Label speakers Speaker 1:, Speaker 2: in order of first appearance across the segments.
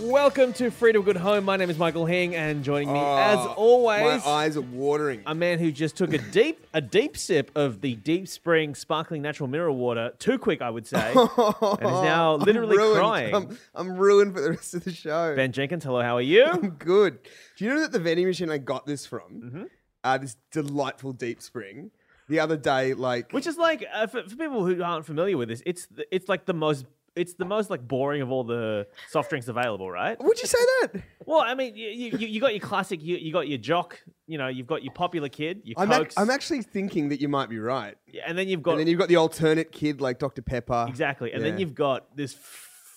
Speaker 1: Welcome to Freedom Good Home. My name is Michael Hing, and joining me, as
Speaker 2: Oh,
Speaker 1: always,
Speaker 2: My eyes are watering.
Speaker 1: a man who just took a deep, a deep sip of the Deep Spring Sparkling Natural Mineral Water. Too quick, I would say, and is now
Speaker 2: I'm
Speaker 1: literally
Speaker 2: ruined.
Speaker 1: crying.
Speaker 2: I'm, I'm ruined for the rest of the show.
Speaker 1: ben Jenkins, hello. How are you?
Speaker 2: Good. Do you know that the vending machine I got this from,
Speaker 1: Mm-hmm.
Speaker 2: uh, this delightful deep spring, the other day, like,
Speaker 1: Which is like uh, for, for people who aren't familiar with this, it's the, it's like the most. It's the most like boring of all the soft drinks available, right?
Speaker 2: would you say that?
Speaker 1: Well, I mean, you, you, you got your classic, you, you got your jock, you know, you've got your popular kid, your
Speaker 2: I'm, ac-
Speaker 1: cokes,
Speaker 2: I'm actually thinking that you might be right.
Speaker 1: and then you've got
Speaker 2: And then you've got the alternate kid like Dr. Pepper.
Speaker 1: Exactly. And then
Speaker 2: Yeah.
Speaker 1: you've got this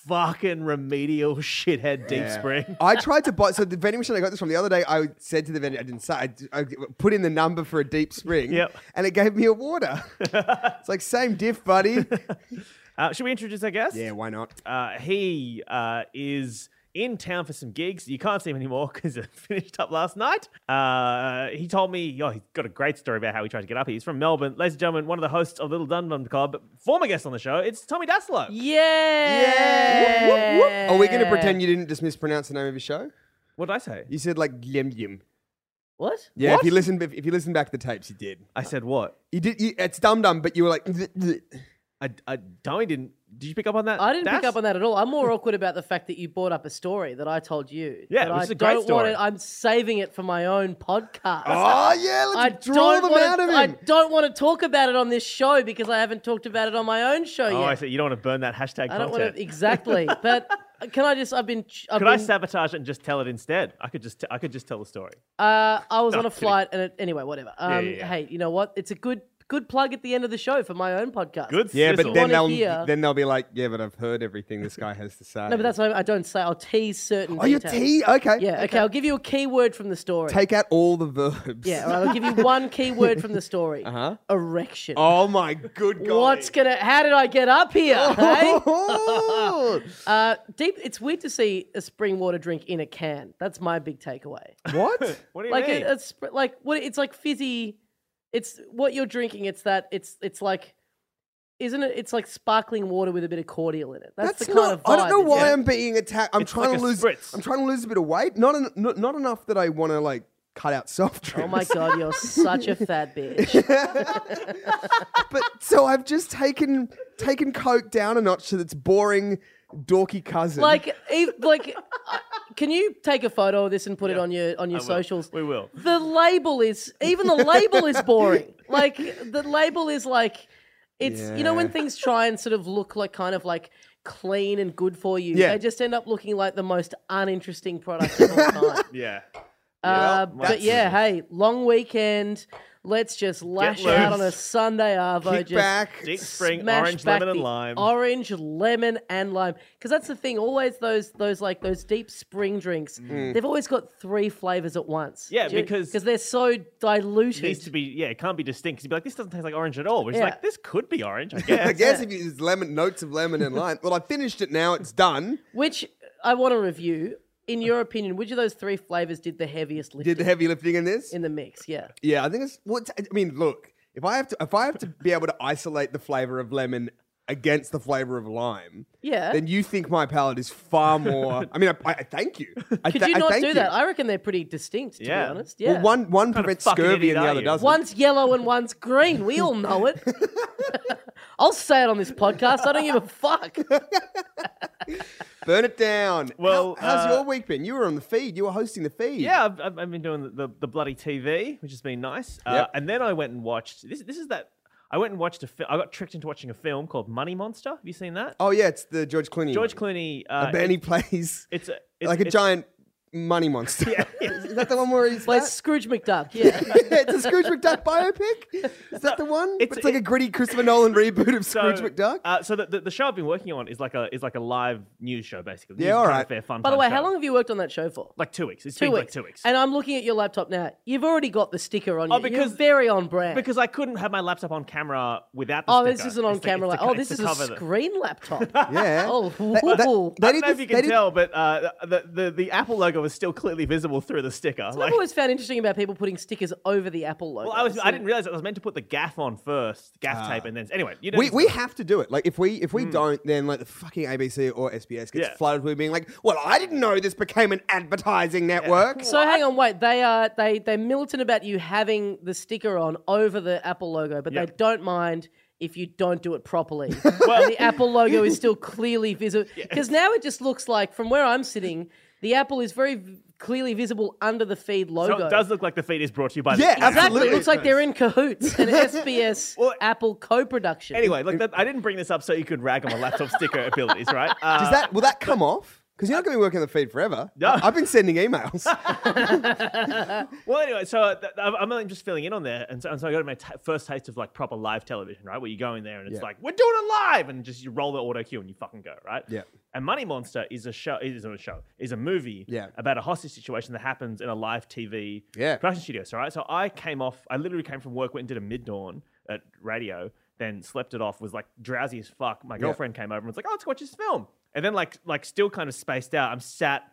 Speaker 1: fucking remedial shithead deep
Speaker 2: Yeah.
Speaker 1: spring.
Speaker 2: I tried to buy. So the vending machine I got this from the other day. I said to the vendor, I didn't say. I, d- I put in the number for a deep spring.
Speaker 1: Yep.
Speaker 2: And it gave me a water. it's like same diff, buddy.
Speaker 1: Uh, should we introduce our guest?
Speaker 2: yeah, why not?
Speaker 1: Uh, he uh, is in town for some gigs. You can't see him anymore because it finished up last night. Uh, he told me, oh, he's got a great story about how he tried to get up. He's from Melbourne. Ladies and gentlemen, one of the hosts of Little Dunbun Club, former guest on the show, it's Tommy Daslow.
Speaker 3: Yeah.
Speaker 2: Are we going to pretend you didn't just mispronounce the name of your show?
Speaker 1: What did I say?
Speaker 2: You said like yum yum.
Speaker 3: What?
Speaker 2: Yeah,
Speaker 1: What?
Speaker 2: if you listen, if, if you listen back to the tapes, you did.
Speaker 1: I said what?
Speaker 2: You did. You, it's dum dum, but you were like, "Oh, "Th- th-"
Speaker 1: I, I, Tommy didn't. Did you pick up on that?
Speaker 3: I didn't pick
Speaker 1: Das?
Speaker 3: up on that at all. I'm more awkward about the fact that you brought up a story that I told you.
Speaker 1: Yeah,
Speaker 3: that
Speaker 1: which
Speaker 3: I
Speaker 1: is a great
Speaker 3: don't
Speaker 1: story.
Speaker 3: Want it. I'm saving it for my own podcast.
Speaker 2: oh yeah,
Speaker 3: I
Speaker 2: let's draw
Speaker 3: don't
Speaker 2: them
Speaker 3: wanna-
Speaker 2: out of him.
Speaker 3: I don't want to talk about it on this show because I haven't talked about it on my own show
Speaker 1: Oh,
Speaker 3: yet.
Speaker 1: I said you don't want to burn that hashtag
Speaker 3: I don't
Speaker 1: content.
Speaker 3: want to exactly. but uh, can I just? I've been. ch- I've
Speaker 1: Could I
Speaker 3: been-
Speaker 1: sabotage it and just tell it instead? I could just t- I could just tell the story.
Speaker 3: Uh, I was
Speaker 1: No,
Speaker 3: on a
Speaker 1: kidding.
Speaker 3: flight, and it, anyway, whatever. Um,
Speaker 1: Yeah, yeah, yeah.
Speaker 3: Hey, you know what? It's a good good plug at the end of the show for my own podcast.
Speaker 1: Good.
Speaker 2: yeah, but
Speaker 1: sizzle.
Speaker 2: then
Speaker 3: Wanna
Speaker 2: they'll
Speaker 3: hear-
Speaker 2: then they'll be like, yeah, but I've heard everything this guy has to say.
Speaker 3: No, but that's why I don't say. I'll tease certain.
Speaker 2: oh, your
Speaker 3: details.
Speaker 2: tea. Okay.
Speaker 3: Yeah. Okay. I'll give you a key word from the story.
Speaker 2: Take out all the verbs.
Speaker 3: yeah. all right, I'll give you one key word from the story. Uh-huh. Erection.
Speaker 2: Oh my good god.
Speaker 3: What's gonna? How did I get up here? hey?
Speaker 2: Oh.
Speaker 3: Uh, deep. It's weird to see a spring water drink in a can. That's my big takeaway.
Speaker 2: what?
Speaker 1: What do you
Speaker 3: like
Speaker 1: mean?
Speaker 3: a, a sp- like what? It's like fizzy. It's what you're drinking. It's that. It's it's like. Isn't it? It's like sparkling water with a bit of cordial in it. That's, the kind
Speaker 2: not.
Speaker 3: of
Speaker 2: I don't know
Speaker 3: vibe it's
Speaker 2: why
Speaker 3: got.
Speaker 2: I'm being attacked. I'm
Speaker 1: It's
Speaker 2: trying
Speaker 1: like
Speaker 2: to
Speaker 1: a
Speaker 2: lose.
Speaker 1: spritz.
Speaker 2: I'm trying to lose a bit of weight. Not en- not, not enough that I want to like cut out soft
Speaker 3: Oh
Speaker 2: drinks.
Speaker 3: my god, you're such a fat bitch.
Speaker 2: but so I've just taken taken Coke down a notch to its boring, dorky cousin.
Speaker 3: like, ev- like, uh, can you take a photo of this and put it on your on your
Speaker 1: I will.
Speaker 3: socials?
Speaker 1: We will.
Speaker 3: the label is even the label is boring. Like the label is like it's you know when
Speaker 2: Yeah.
Speaker 3: things try and sort of look like kind of like clean and good for you,
Speaker 2: Yeah.
Speaker 3: they just end up looking like the most uninteresting product of all time.
Speaker 1: Yeah.
Speaker 3: uh,
Speaker 2: Well,
Speaker 3: but yeah, hey, long weekend. Let's just lash out on a
Speaker 1: loose.
Speaker 3: Sunday arvo.
Speaker 2: kick
Speaker 3: just
Speaker 2: back.
Speaker 1: Deep spring,
Speaker 3: smash
Speaker 1: orange,
Speaker 3: back
Speaker 1: lemon, and
Speaker 3: the
Speaker 1: lime.
Speaker 3: Orange, lemon, and lime. Because that's the thing. Always those those like those deep spring drinks.
Speaker 2: Mm.
Speaker 3: They've always got three flavors at once.
Speaker 1: Mm. Yeah, because-
Speaker 3: because they're so diluted.
Speaker 1: needs to be. Yeah, it can't be distinct. 'cause You'd be like, this doesn't taste like orange at all. Which is
Speaker 3: Yeah.
Speaker 1: like, this could be orange, I
Speaker 2: I
Speaker 1: guess.
Speaker 2: guess if you use lemon notes of lemon and lime. Well, I finished it now. It's done.
Speaker 3: Which uh, I want to review. In your opinion, which of those three flavors did the heaviest lifting
Speaker 2: Did the heavy lifting in this?
Speaker 3: in the mix? Yeah.
Speaker 2: yeah, I think it's. Well, it's- I mean, look. If I have to, if I have to be able to isolate the flavor of lemon against the flavor of lime,
Speaker 3: Yeah.
Speaker 2: then you think my palate is far more. I mean, I, I thank you. I
Speaker 3: Could
Speaker 2: th-
Speaker 3: you
Speaker 2: I
Speaker 3: not
Speaker 2: thank
Speaker 3: do that? I reckon they're pretty distinct, to
Speaker 1: Yeah.
Speaker 3: be honest. Yeah.
Speaker 2: Well, one one
Speaker 1: Kind of
Speaker 2: prevents
Speaker 1: fucking
Speaker 2: scurvy
Speaker 1: idiot
Speaker 2: and the
Speaker 1: are
Speaker 2: other
Speaker 1: you?
Speaker 2: doesn't.
Speaker 3: One's yellow and one's green. We all know it. I'll say it on this podcast. I don't give a fuck.
Speaker 2: Burn it down.
Speaker 1: Well,
Speaker 2: How- how's
Speaker 1: uh,
Speaker 2: your week been? You were on the feed. You were hosting the feed.
Speaker 1: Yeah, I've, I've, I've been doing the, the, the bloody TV, which has been nice. Uh,
Speaker 2: Yep.
Speaker 1: And then I went and watched. This this is that. I went and watched a film. I got tricked into watching a film called Money Monster. Have you seen that?
Speaker 2: Oh yeah, it's the George Clooney.
Speaker 1: George
Speaker 2: one.
Speaker 1: Clooney. Uh,
Speaker 2: And then he
Speaker 1: it-
Speaker 2: plays
Speaker 1: it's a it's,
Speaker 2: like a
Speaker 1: it's-
Speaker 2: giant money monster. is that the one where he's
Speaker 3: Like
Speaker 2: that?
Speaker 3: Scrooge McDuck, yeah.
Speaker 2: yeah, it's a Scrooge McDuck biopic. Is that the one? But It's,
Speaker 1: it's-
Speaker 2: like a
Speaker 1: it-
Speaker 2: gritty Christopher Nolan reboot of
Speaker 1: So,
Speaker 2: Scrooge McDuck.
Speaker 1: Uh, so the, the, the show I've been working on is like a is like a live news show basically.
Speaker 2: Yeah,
Speaker 1: News
Speaker 2: all
Speaker 1: and
Speaker 2: right.
Speaker 1: Fair fun.
Speaker 3: By the
Speaker 1: time
Speaker 3: way,
Speaker 1: show.
Speaker 3: how long have you worked on that show for?
Speaker 1: Like two weeks. It's
Speaker 3: two
Speaker 1: been
Speaker 3: weeks.
Speaker 1: Like two weeks.
Speaker 3: And I'm looking at your laptop now. You've already got the sticker on
Speaker 1: Oh,
Speaker 3: you.
Speaker 1: because-
Speaker 3: You're very on brand.
Speaker 1: Because I couldn't have my laptop on camera without the
Speaker 3: oh,
Speaker 1: sticker.
Speaker 3: this isn't on
Speaker 1: It's the- it's
Speaker 3: camera.
Speaker 1: the
Speaker 3: like
Speaker 1: co-
Speaker 3: oh,
Speaker 1: it's
Speaker 3: this
Speaker 1: the
Speaker 3: is a
Speaker 1: cover that-
Speaker 3: screen laptop.
Speaker 2: yeah.
Speaker 3: oh,
Speaker 2: They- they-
Speaker 3: whoa.
Speaker 2: they
Speaker 1: I
Speaker 2: did
Speaker 1: don't know if
Speaker 2: the-
Speaker 1: you
Speaker 2: they
Speaker 1: can
Speaker 2: did-
Speaker 1: tell, but uh, the, the the Apple logo was still clearly visible through the sticker.
Speaker 3: That's what
Speaker 1: Like,
Speaker 3: I've always found interesting about people putting stickers over the Apple logo.
Speaker 1: well, I was I didn't realize I was meant to put the gaff on first, gaff tape, and then anyway, you know,
Speaker 2: Ah. We, we have to do it. Like if we if we don't, then like the fucking ABC or SBS gets
Speaker 1: Hmm. Yeah.
Speaker 2: flooded with being like, well, I didn't know this became an advertising network.
Speaker 3: So hang on, wait. They are they they're militant about you having the sticker on over the Apple logo, but they
Speaker 1: Yep.
Speaker 3: don't mind if you don't do it properly. And the Apple logo is still clearly visible because now it just looks like from where I'm sitting, the Apple is very v- clearly visible under the feed logo.
Speaker 1: it does look like the feed is brought to you by the
Speaker 2: Yeah,
Speaker 1: Gaff.
Speaker 3: Exactly.
Speaker 2: Absolutely.
Speaker 3: It looks like they're in cahoots, an SBS
Speaker 1: Well-
Speaker 3: Apple co-production.
Speaker 1: Anyway, look, that, I didn't bring this up so you could rag on my laptop sticker abilities, right? Uh,
Speaker 2: Does that will that come off? Because you're not going to be working on the feed forever.
Speaker 1: No.
Speaker 2: I- I've been sending emails.
Speaker 1: Well, anyway, so th- th- I'm only just filling in on there, and so, and so I got my t- first taste of like proper live television, right? Where you go in there and it's
Speaker 2: Yeah.
Speaker 1: like we're doing it live, and just you roll the auto cue and you fucking go, right?
Speaker 2: Yeah.
Speaker 1: And Money Monster is a show, is not a show, is a movie
Speaker 2: Yeah.
Speaker 1: about a hostage situation that happens in a live TV
Speaker 2: Yeah.
Speaker 1: production studio. So, right, so I came off, I literally came from work, went and did a mid dawn at radio, then slept it off, was like drowsy as fuck. My girlfriend came over and was like, "Oh, let's watch this film," and then like like still kind of spaced out. I'm sat.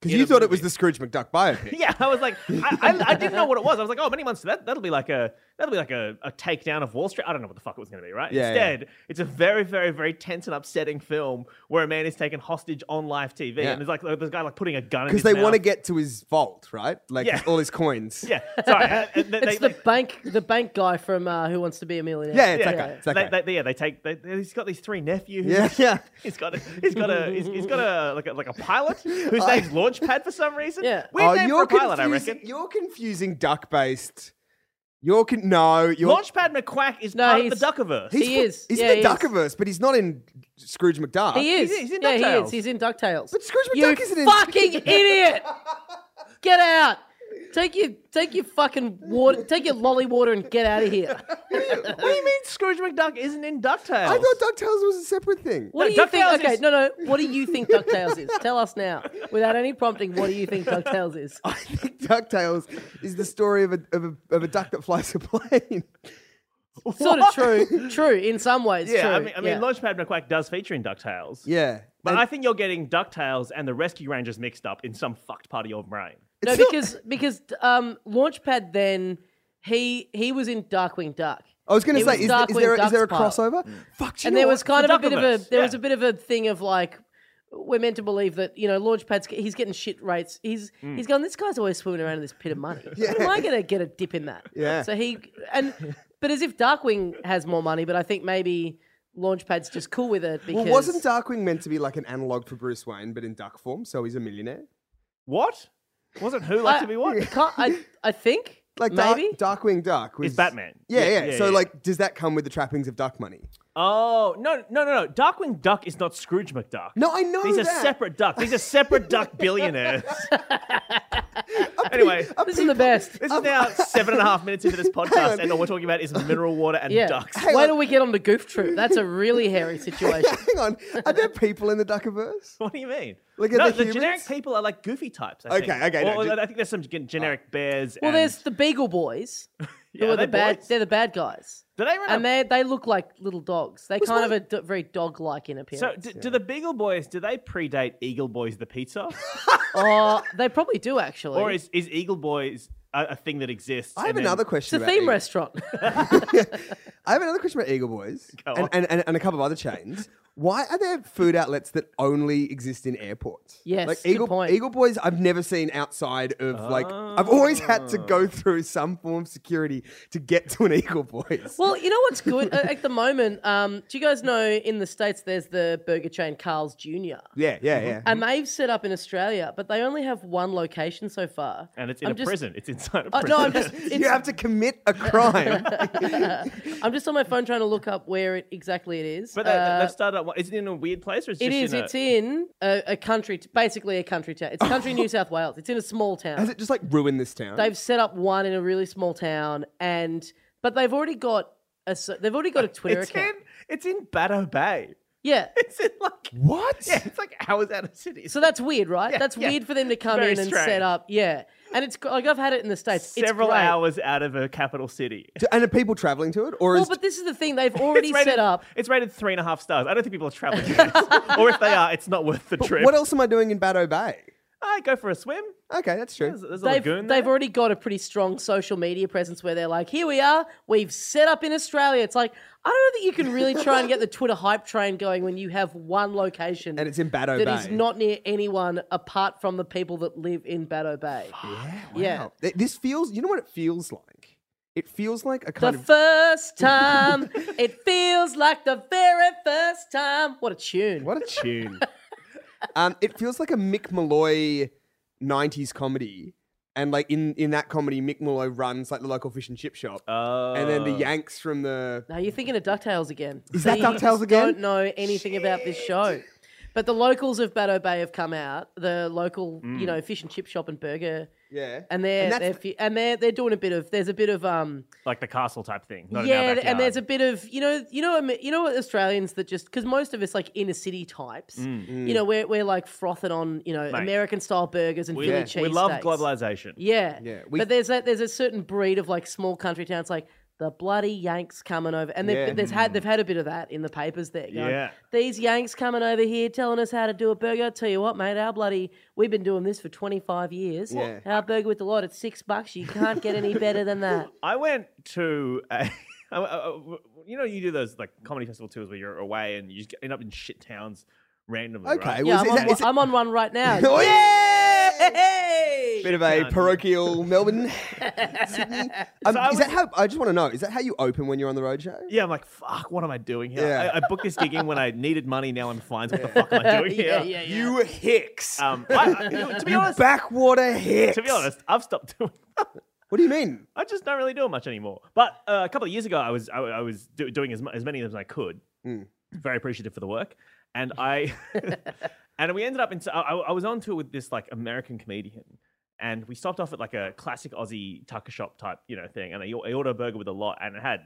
Speaker 2: Because
Speaker 1: in
Speaker 2: you
Speaker 1: a
Speaker 2: thought it was
Speaker 1: movie.
Speaker 2: the Scrooge McDuck biopic.
Speaker 1: Yeah, I was like, I, I, I didn't know what it was. I was like, oh, many months. That that'll be like a that'll be like a, a takedown of Wall Street. I don't know what the fuck it was going to be, right?
Speaker 2: Yeah, yeah.
Speaker 1: Instead, it's a very, very, very tense and upsetting film where a man is taken hostage on live TV,
Speaker 2: Yeah.
Speaker 1: and there's like there's a guy like putting a gun. in
Speaker 2: Because
Speaker 1: his
Speaker 2: they
Speaker 1: mouth.
Speaker 2: want to get to his vault, right? Like
Speaker 1: Yeah.
Speaker 2: all his coins.
Speaker 1: Yeah, sorry. uh, uh, they-
Speaker 3: it's
Speaker 1: they-
Speaker 3: the bank the bank guy from uh, Who Wants to Be a Millionaire.
Speaker 2: Yeah, it's
Speaker 1: yeah,
Speaker 2: that guy. It's that
Speaker 1: they,
Speaker 2: guy.
Speaker 1: they- yeah, they take. They, he's got these three nephews.
Speaker 2: yeah, yeah.
Speaker 1: He's got a, he's got a, he's, he's got a like a like a pilot whose
Speaker 2: I-
Speaker 1: name's Launchpad for some reason.
Speaker 3: Yeah.
Speaker 1: weird name for a pilot, I
Speaker 2: Oh, confusing-
Speaker 1: reckon.
Speaker 2: You're confusing duck based. You're con- no. You're
Speaker 1: Launchpad McQuack is
Speaker 3: No,
Speaker 1: part of the
Speaker 3: he's-
Speaker 1: Duckiverse.
Speaker 2: he's
Speaker 3: He
Speaker 2: fu-
Speaker 3: is.
Speaker 2: He's
Speaker 3: Yeah,
Speaker 2: in
Speaker 3: he
Speaker 2: the
Speaker 3: is.
Speaker 2: Duckiverse, but he's not in Scrooge McDuck.
Speaker 3: He is.
Speaker 1: He's- he's in
Speaker 3: yeah, he
Speaker 1: DuckTales.
Speaker 3: is. He's in DuckTales. But
Speaker 2: Scrooge
Speaker 3: you
Speaker 2: McDuck isn't in-
Speaker 3: fucking idiot! Get out! Take your take your fucking water, take your lolly water, and get out of here.
Speaker 1: what do you mean Scrooge McDuck isn't in DuckTales?
Speaker 2: I thought DuckTales was a separate thing.
Speaker 3: What
Speaker 1: No,
Speaker 3: do you
Speaker 1: DuckTales
Speaker 3: think? Okay,
Speaker 1: is-
Speaker 3: no, no. What do you think DuckTales is? Tell us now, without any prompting. What do you think DuckTales is?
Speaker 2: I think DuckTales is the story of a, of a, of a duck that flies a plane.
Speaker 3: Sort of true, true in some ways.
Speaker 1: Yeah,
Speaker 3: true.
Speaker 1: I mean, I mean
Speaker 3: yeah.
Speaker 1: Launchpad McQuack does feature in DuckTales.
Speaker 2: yeah.
Speaker 1: But
Speaker 2: And
Speaker 1: I think you're getting DuckTales and the Rescue Rangers mixed up in some fucked part of your brain.
Speaker 3: No,
Speaker 2: it's not-
Speaker 3: because because um, Launchpad then he he was in Darkwing Duck.
Speaker 2: I was going to
Speaker 3: it
Speaker 2: say,
Speaker 3: was
Speaker 2: is, th- is
Speaker 3: Darkwing
Speaker 2: there, is there a
Speaker 3: Duck's part.
Speaker 2: crossover?
Speaker 3: Mm.
Speaker 2: Fuck, Oh, do you
Speaker 3: and
Speaker 2: know
Speaker 3: there
Speaker 2: what?
Speaker 3: was kind
Speaker 1: The
Speaker 3: of a bit of a
Speaker 1: Duckiverse,
Speaker 3: there was
Speaker 1: yeah.
Speaker 3: a bit of a thing of like we're meant to believe that you know Launchpad's he's getting shit rates. He's
Speaker 2: Mm.
Speaker 3: he's going. This guy's always swimming around in this pit of money. When am I going to get a dip in that?
Speaker 2: Yeah.
Speaker 3: So he and but as if Darkwing has more money, but I think maybe Launchpad's just cool with it because
Speaker 2: Well, wasn't Darkwing meant to be like an analog for Bruce Wayne, but in duck form? So he's a millionaire.
Speaker 1: What? Wasn't who like to be what?
Speaker 3: I, can't- I I think
Speaker 2: Like Dark,
Speaker 3: maybe
Speaker 2: Darkwing Duck was
Speaker 1: It's Batman.
Speaker 2: Yeah,
Speaker 1: Yeah,
Speaker 2: yeah.
Speaker 1: yeah,
Speaker 2: so
Speaker 1: yeah.
Speaker 2: like, does that come with the trappings of duck money?
Speaker 1: Oh no, no, no, no! Darkwing Duck is not Scrooge McDuck.
Speaker 2: No, I know
Speaker 1: These are
Speaker 2: that.
Speaker 1: separate ducks. These are separate duck billionaires. anyway,
Speaker 3: this is the best.
Speaker 1: this is now seven and a half minutes into this podcast, and all we're talking about is mineral water and
Speaker 3: Yeah.
Speaker 1: ducks.
Speaker 3: Why do we get on the goof troop? That's a really hairy situation.
Speaker 2: Hang on, are there people in the Duckiverse?
Speaker 1: What do you mean?
Speaker 2: Like, are
Speaker 1: no,
Speaker 2: they
Speaker 1: the generic
Speaker 2: humans?
Speaker 1: people are like goofy types. I
Speaker 2: Okay,
Speaker 1: think.
Speaker 2: okay, no,
Speaker 1: Or-
Speaker 2: ju- Oh.
Speaker 1: I think there's some gen- generic bears.
Speaker 3: Well,
Speaker 1: and-
Speaker 3: there's the Beagle Boys.
Speaker 1: Yeah,
Speaker 3: who
Speaker 1: are
Speaker 3: are the
Speaker 1: they
Speaker 3: bad?
Speaker 1: boys?
Speaker 3: They're the bad guys.
Speaker 1: Do they run a-
Speaker 3: and they they look like little dogs. They kind of are d- very dog like in
Speaker 1: So,
Speaker 3: appearance.
Speaker 1: d- do the Beagle Boys? Do they predate Eagle Boys the pizza,
Speaker 3: oh, they probably do actually.
Speaker 1: or is, is Eagle Boys a, a thing that exists?
Speaker 2: I have
Speaker 1: and then-
Speaker 2: another
Speaker 3: it's
Speaker 2: question.
Speaker 3: a
Speaker 2: about
Speaker 3: theme
Speaker 2: Eagle.
Speaker 3: restaurant.
Speaker 2: I have another question about Eagle Boys
Speaker 1: Go
Speaker 2: and,
Speaker 1: on.
Speaker 2: and, and, and a couple of other chains. Why are there food outlets that only exist in airports?
Speaker 3: Yes,
Speaker 2: like
Speaker 3: good
Speaker 2: Eagle
Speaker 3: point.
Speaker 2: Eagle Boys, I've never seen outside of like. I've always had to
Speaker 1: Ah.
Speaker 2: go through some form of security to get to an Eagle Boys.
Speaker 3: well, you know what's good at, at the moment? Um, do you guys know in the states there's the burger chain Carl's Jr.
Speaker 2: Yeah, yeah, yeah.
Speaker 3: And
Speaker 1: Mm-hmm.
Speaker 3: they've set up in Australia, but they only have one location so far.
Speaker 1: and it's in
Speaker 3: I'm
Speaker 1: a
Speaker 3: just-
Speaker 1: prison. It's inside a
Speaker 3: Uh,
Speaker 1: prison.
Speaker 3: no, I'm just it's,
Speaker 2: you have to commit a crime.
Speaker 3: I'm just on my phone trying to look up where it exactly it is.
Speaker 1: but they,
Speaker 3: Uh,
Speaker 1: they've started. up- Is it in a weird place, or is it,
Speaker 3: it
Speaker 1: just
Speaker 3: is.
Speaker 1: In a,
Speaker 3: It's in a, a country, t- basically a country town. It's country New South Wales. It's in a small town.
Speaker 2: Has it just like ruined this town?
Speaker 3: they've set up one in a really small town, and but they've already got a so- they've already got a Twitter
Speaker 1: It's in.
Speaker 3: account.
Speaker 1: It's in Baddo Bay.
Speaker 3: Yeah,
Speaker 1: It's in like.
Speaker 2: what?
Speaker 1: Yeah, it's like hours out of city.
Speaker 3: so that's weird, right? that's
Speaker 1: yeah.
Speaker 3: weird for them to come
Speaker 1: Very
Speaker 3: in and set
Speaker 1: strange.
Speaker 3: up. Yeah, and it's gr- like I've had it in the states.
Speaker 1: several
Speaker 3: it's great.
Speaker 1: hours out of a capital city.
Speaker 2: Do- And are people traveling to it, or
Speaker 3: Well,
Speaker 2: is
Speaker 3: but this is the thing. They've already set up.
Speaker 1: It's rated three and a half stars. I don't think people are traveling. to this. or if they are, it's not worth the trip.
Speaker 2: what else am I doing in Baddo Bay?
Speaker 1: I go for a swim.
Speaker 2: Okay, that's true.
Speaker 1: There's, there's a
Speaker 3: They've,
Speaker 1: lagoon.
Speaker 3: they've
Speaker 1: there.
Speaker 3: already got a pretty strong social media presence where they're like, here we are, we've set up in Australia. It's like, I don't think you can really try and get the Twitter hype train going when you have one location
Speaker 2: And it's in Baddo
Speaker 3: that
Speaker 2: Bay.
Speaker 3: is not near anyone apart from the people that live in Baddo Bay.
Speaker 2: Yeah.
Speaker 3: Yeah.
Speaker 2: wow. Th- This feels. You know what it feels like? It feels like a
Speaker 3: The
Speaker 2: kind of.
Speaker 3: first time, it feels like the very first time. What a tune.
Speaker 2: what a tune. um, it feels like a Mick Malloy '90s comedy, and like in in that comedy, Mick Malloy runs like the local fish and chip shop,
Speaker 1: Oh.
Speaker 2: and then the Yanks from the.
Speaker 3: Now you're thinking of DuckTales again.
Speaker 2: Is that
Speaker 3: See, you
Speaker 2: DuckTales
Speaker 3: just
Speaker 2: again?
Speaker 3: don't know anything about this show. But the locals of Baddo Bay have come out, the local,
Speaker 1: Mm.
Speaker 3: you know, fish and chip shop and burger.
Speaker 2: Yeah.
Speaker 3: And they're
Speaker 2: And
Speaker 3: and
Speaker 2: that's-
Speaker 3: they're, fi- and they're they're doing a bit of there's a bit of um
Speaker 1: like the castle type thing. Not in our
Speaker 3: yeah and
Speaker 1: backyard.
Speaker 3: there's a bit of you know you know Am- you know Australians that just because most of us like inner city types you know we're, we're like frothing on you know
Speaker 1: Mm. Mate.
Speaker 3: American style burgers and
Speaker 1: we,
Speaker 3: Philly
Speaker 2: Yeah.
Speaker 3: cheese
Speaker 1: we love
Speaker 3: steaks.
Speaker 1: globalization.
Speaker 3: Yeah.
Speaker 2: Yeah, we-
Speaker 3: but there's a, there's a certain breed of like small country towns like the bloody Yanks coming over, and they've,
Speaker 2: Yeah.
Speaker 3: there's had they've had a bit of that in the papers there. going,
Speaker 1: Yeah.
Speaker 3: These Yanks coming over here telling us how to do a burger. tell you what, mate, our bloody we've been doing this for 25 years.
Speaker 2: Yeah.
Speaker 3: Our burger with the lot at six bucks. You can't get any better than that.
Speaker 1: I went to, a, I- I- I- you know, you do those like comedy festival tours where you're away and you just end up in shit towns randomly.
Speaker 2: Okay,
Speaker 1: right?
Speaker 2: well,
Speaker 3: Yeah,
Speaker 2: is
Speaker 3: I'm,
Speaker 2: it-
Speaker 3: on,
Speaker 2: is it-
Speaker 3: I'm on one right now.
Speaker 2: Oh, yeah!
Speaker 3: Hey!
Speaker 2: Bit of a
Speaker 1: Um,
Speaker 2: parochial Melbourne, Sydney. Um,
Speaker 1: I
Speaker 2: is
Speaker 1: was-
Speaker 2: that how? I just want to know. Is that how you open when you're on the road show?
Speaker 1: Yeah, I'm like, fuck, what am I doing here?
Speaker 2: Yeah.
Speaker 1: I, I booked this gig in when I needed money. Now I'm fine. So what the fuck am I doing here?
Speaker 3: yeah, yeah, yeah.
Speaker 2: You hicks.
Speaker 1: Um, I, I- to be
Speaker 2: you
Speaker 1: honest,
Speaker 2: backwater hicks.
Speaker 1: to be honest, I've stopped doing.
Speaker 2: What do you mean?
Speaker 1: I just don't really do it much anymore. But uh, a couple of years ago, I was I, I was do, doing as, mu- as many of them as I could.
Speaker 2: Hmm.
Speaker 1: Very appreciative for the work, and I and we ended up in. I, I was on tour with this like American comedian, and we stopped off at like a classic Aussie tucker shop type you know thing, and I, I ordered a burger with a lot, and it had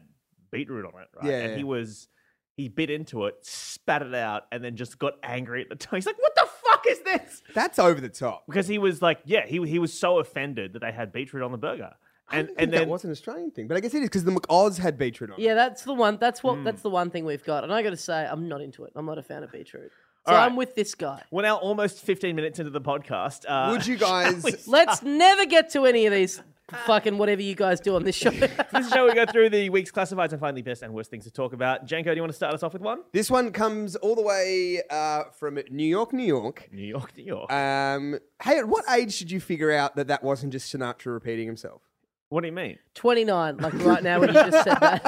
Speaker 1: beetroot on it, right?
Speaker 2: Yeah,
Speaker 1: and
Speaker 2: yeah.
Speaker 1: he was. He bit into it, spat it out, and then just got angry at the time. He's like, "What the fuck is this?"
Speaker 2: That's over the top.
Speaker 1: Because he was like, "Yeah, he he was so offended that they had beetroot on the burger." And
Speaker 2: I think
Speaker 1: and then
Speaker 2: that was an Australian thing, but I guess it is because the McAuds had beetroot on. it.
Speaker 3: Yeah, that's the one. That's
Speaker 2: Hmm.
Speaker 3: what. That's the one thing we've got. And I got to say, I'm not into it. I'm not a fan of beetroot. So
Speaker 1: All right.
Speaker 3: I'm with this guy.
Speaker 1: We're now almost 15 minutes into the podcast. Uh,
Speaker 2: Would you guys?
Speaker 3: Let's never get to any of these fucking whatever you guys do on this show.
Speaker 1: this is how we go through the week's classifieds and find the best and worst things to talk about. Janko, do you want to start us off with one?
Speaker 2: this one comes all the way uh, from New York, New York.
Speaker 1: New York, New York.
Speaker 2: Um, hey, at what age did you figure out that that wasn't just Sinatra repeating himself?
Speaker 1: what do you mean?
Speaker 3: 29, like right now when you just said that.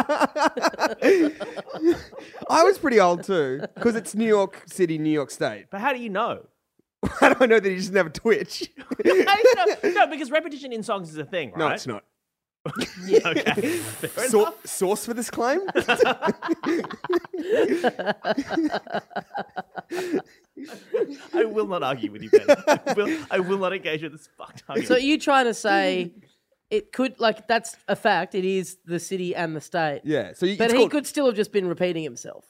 Speaker 2: I was pretty old too, because it's New York City, New York State.
Speaker 1: But how do you know?
Speaker 2: How do I know that he just never twitch?
Speaker 1: How do you know? No, because repetition in songs is a thing, right?
Speaker 2: no, it's not.
Speaker 1: Okay. Fair
Speaker 2: Sor-
Speaker 1: enough.
Speaker 2: source for this claim?
Speaker 1: I will not argue with you, Ben. I will, I will not engage with this fucked argument.
Speaker 3: So are you trying to say it could, like, that's a fact. It is the city and the state.
Speaker 2: yeah. So you,
Speaker 3: But
Speaker 2: it's
Speaker 3: he
Speaker 2: called-
Speaker 3: could still have just been repeating himself.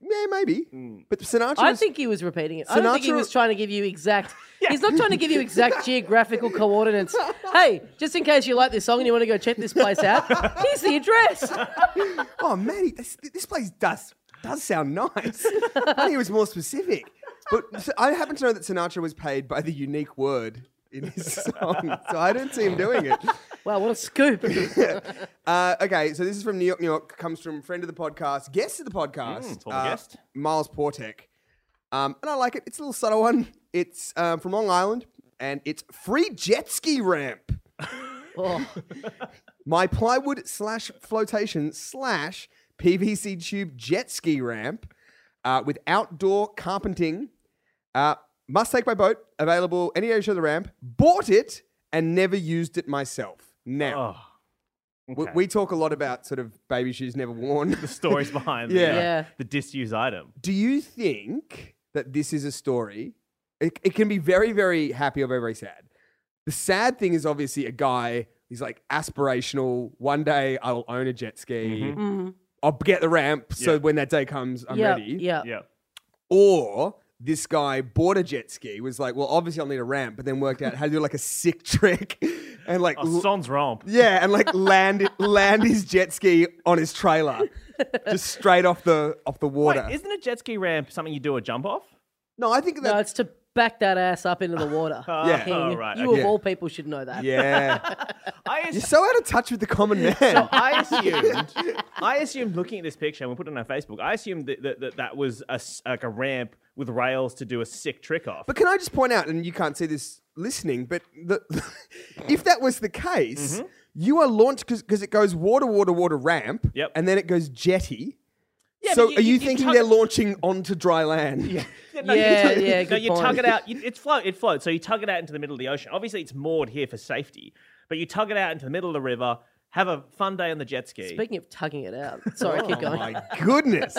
Speaker 2: Yeah, maybe.
Speaker 1: Hmm.
Speaker 2: But Sinatra.
Speaker 3: I
Speaker 2: was-
Speaker 3: think he was repeating it. I don't think he
Speaker 2: Sinatra-
Speaker 3: was trying to give you exact. He's not trying to give you exact geographical coordinates. Hey, just in case you like this song and you want to go check this place out, here's the address.
Speaker 2: Oh, Matty, this, this place does does sound nice. I think it was more specific. But so I happen to know that Sinatra was paid by the unique word in his song, so I don't see him doing it.
Speaker 3: Wow, what a scoop!
Speaker 2: Uh, okay, so this is from New York, New York. Comes from friend of the podcast, guest of the podcast, uh,
Speaker 1: Mm, former guest.
Speaker 2: Miles Portek. Um, and I like it. It's a little subtle one. It's um, from Long Island, and it's free jet ski ramp.
Speaker 3: Oh,
Speaker 2: My plywood slash flotation slash PVC tube jet ski ramp uh, with outdoor carpenting. Uh, must take my boat. Available any age of the ramp. Bought it and never used it myself. Now,
Speaker 1: Oh,
Speaker 2: we, we talk a lot about sort of baby shoes never worn.
Speaker 1: stories behind
Speaker 2: Yeah.
Speaker 1: the, uh,
Speaker 3: Yeah.
Speaker 1: the disused item.
Speaker 2: Do you think that this is a story? It, it can be very, very happy or very, very sad. The sad thing is obviously a guy. He's like aspirational. One day I will own a jet ski. I'll get the ramp. So
Speaker 1: Yeah.
Speaker 2: when that day comes, I'm
Speaker 3: Mm-hmm. yeah,
Speaker 2: ready.
Speaker 3: yeah,
Speaker 1: Yeah.
Speaker 2: Or this guy bought a jet ski. Was like, well, obviously I'll need a ramp, but then worked out how to do like a sick trick, and like,
Speaker 1: Oh,
Speaker 2: l-
Speaker 1: Sans romp.
Speaker 2: yeah, and like land it- land his jet ski on his trailer, just straight off the off the water.
Speaker 1: Wait, isn't a jet ski ramp something you do a jump off?
Speaker 2: no, I think that
Speaker 3: No, it's to back that ass up into the water.
Speaker 2: Yeah.
Speaker 3: King.
Speaker 1: Oh, right,
Speaker 3: You
Speaker 1: okay.
Speaker 3: of all people should know that.
Speaker 2: Yeah.
Speaker 1: I
Speaker 2: You're so out of touch with the common man.
Speaker 1: I assumed, I assumed looking at this picture, and we put it on our Facebook. I assumed that that, that, that was a, s- like a ramp with rails to do a sick trick off.
Speaker 2: But can I just point out, and you can't see this listening, but the, if that was the case,
Speaker 1: Mm-hmm.
Speaker 2: you are launched because it goes water, water, water ramp,
Speaker 1: Yep.
Speaker 2: and then it goes jetty.
Speaker 1: Yeah,
Speaker 2: so
Speaker 1: but you-
Speaker 2: are you,
Speaker 1: you- you
Speaker 2: thinking
Speaker 1: tug-
Speaker 2: they're launching onto dry land? Yeah.
Speaker 1: no, you
Speaker 3: Yeah,
Speaker 1: tug-
Speaker 3: yeah,
Speaker 1: No,
Speaker 3: good
Speaker 1: you tug
Speaker 3: point.
Speaker 1: it out. You, it's float. It floats. So you tug it out into the middle of the ocean. Obviously, it's moored here for safety, but you tug it out into the middle of the river. Have a fun day on the jet ski.
Speaker 3: Speaking of tugging it out, sorry, keep
Speaker 2: Oh
Speaker 3: going.
Speaker 2: my goodness.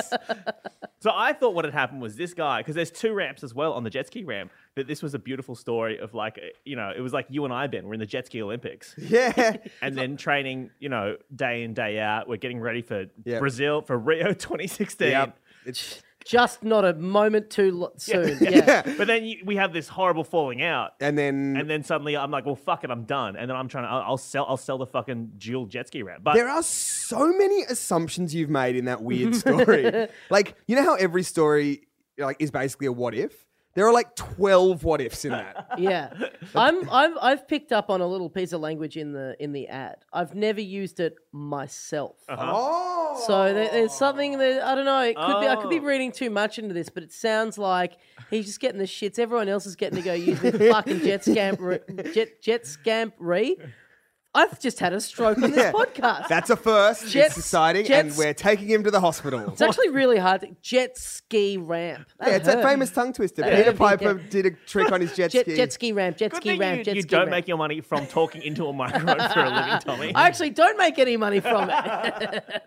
Speaker 1: so I thought what had happened was this guy, because there's two ramps as well on the jet ski ramp. That this was a beautiful story of like, uh, you know, it was like you and I, Ben, were in the jet ski Olympics.
Speaker 2: yeah.
Speaker 1: and then training, you know, day in day out. We're getting ready for
Speaker 2: Yep.
Speaker 1: Brazil for Rio 2016.
Speaker 2: Yep. It's,
Speaker 3: Just not a moment too lo- soon. Yeah.
Speaker 1: But then you, we have this horrible falling out,
Speaker 2: and then
Speaker 1: and then suddenly I'm like, well, fuck it, I'm done. And then I'm trying to, I'll, I'll sell, I'll sell the fucking dual jet ski ramp. But
Speaker 2: there are so many assumptions you've made in that weird story. like, you know how every story like is basically a what if? There are like 12 what ifs in that.
Speaker 3: yeah. I'm, I'm, I've picked up on a little piece of language in the in the ad. I've never used it myself.
Speaker 2: oh.
Speaker 3: So there, there's something that I don't know. It could be I could be
Speaker 1: Oh.
Speaker 3: reading too much into this, but it sounds like he's just getting the shits. Everyone else is getting to go use the fucking jet scamp jet jet scampery. I've just had a stroke on this
Speaker 2: Yeah.
Speaker 3: podcast.
Speaker 2: That's a first.
Speaker 3: Jets-
Speaker 2: it's exciting, and
Speaker 3: Jets-
Speaker 2: we're taking him to the hospital.
Speaker 3: it's actually really hard. To, jet ski ramp. That
Speaker 2: Yeah, it's that
Speaker 3: hurt.
Speaker 2: famous tongue twister.
Speaker 3: That
Speaker 2: Peter
Speaker 3: hurt me,
Speaker 2: Piper
Speaker 3: yeah.
Speaker 2: did a trick on his jet
Speaker 3: jet
Speaker 2: ski.
Speaker 3: jet ski ramp. Jet
Speaker 1: good
Speaker 3: ski
Speaker 1: thing
Speaker 3: ramp.
Speaker 1: you,
Speaker 3: jet
Speaker 1: you
Speaker 3: ski
Speaker 1: don't
Speaker 3: ramp.
Speaker 1: make your money from talking into a microphone for a living, Tommy.
Speaker 3: I actually don't make any money from it.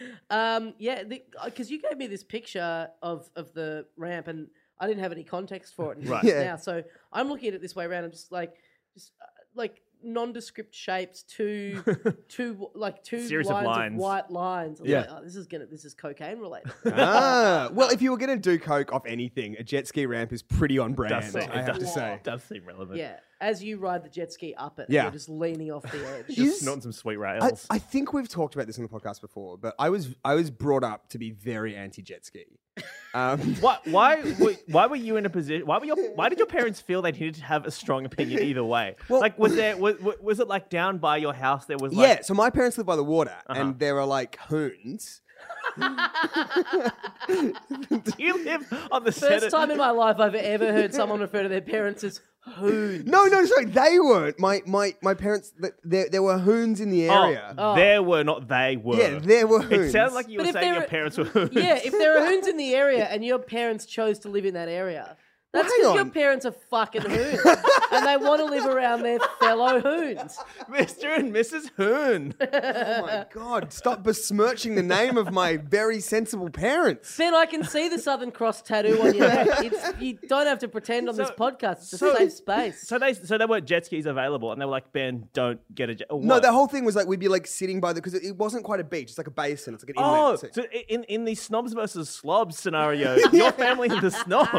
Speaker 3: um, yeah, because you gave me this picture of, of the ramp, and I didn't have any context for it until
Speaker 1: Right.
Speaker 3: just
Speaker 2: Yeah.
Speaker 3: now. So I'm looking at it this way around. I'm just like, just uh, like nondescript shapes, two, two, like two
Speaker 1: Series of
Speaker 3: lines of,
Speaker 1: lines.
Speaker 3: white lines. I'm
Speaker 2: Yeah.
Speaker 3: like, oh, this is gonna, this is cocaine related.
Speaker 2: Ah, well, if you were going to do coke off anything, a jet ski ramp is pretty on brand.
Speaker 1: Does seem-
Speaker 2: I
Speaker 1: it
Speaker 2: have to
Speaker 1: does-
Speaker 2: say.
Speaker 1: does seem relevant.
Speaker 3: yeah, as you ride the jet ski up it,
Speaker 2: Yeah.
Speaker 3: you're just leaning off the edge.
Speaker 2: You
Speaker 1: Just
Speaker 2: Is-
Speaker 1: snorting some sweet
Speaker 2: I,
Speaker 1: rails.
Speaker 2: I think we've talked about this on the podcast before, but I was I was brought up to be very anti jet ski. Um,
Speaker 1: why, why, were- why were you in a position? Why were your, why did your parents feel they needed to have a strong opinion either way?
Speaker 2: Well-
Speaker 1: like, was there, was, was it like down by your house? There was like, Uh-huh.
Speaker 2: yeah, so my parents live by the water, and there are like hoons.
Speaker 1: You live on the
Speaker 3: First
Speaker 1: Senate-
Speaker 3: time in my life I've ever heard someone refer to their parents as hoon.
Speaker 2: No, no, sorry, they weren't. My my my parents. th- There there were hoons in the area.
Speaker 1: Oh, there were not they were.
Speaker 2: Yeah, there were
Speaker 1: It
Speaker 2: hoons.
Speaker 1: sounded like you
Speaker 3: But
Speaker 1: were
Speaker 3: if
Speaker 1: saying your
Speaker 3: they're-
Speaker 1: parents were. hoons.
Speaker 3: Yeah, if there are hoons in the area and your parents chose to live in that area, that's
Speaker 2: hang
Speaker 3: because your
Speaker 2: on.
Speaker 3: parents are fucking hoons and they want to live around their fellow hoons.
Speaker 1: Mr. and Mrs. Hoon.
Speaker 2: Oh my god! Stop besmirching the name of my very sensible parents.
Speaker 3: Then I can see the Southern Cross tattoo on your neck. It's, you don't have to pretend on this
Speaker 1: So-
Speaker 3: podcast. It's a
Speaker 1: so-
Speaker 3: safe space.
Speaker 1: So they so there were jet skis available, and they were like, Ben, don't get a jet. or
Speaker 2: No,
Speaker 1: what?
Speaker 2: the whole thing was like we'd be like sitting by the because it, it wasn't quite a beach. It's like a basin. It's like an inlet.
Speaker 1: Oh,
Speaker 2: So-
Speaker 1: so i- in in the snobs versus slobs scenario, your family are the snobs.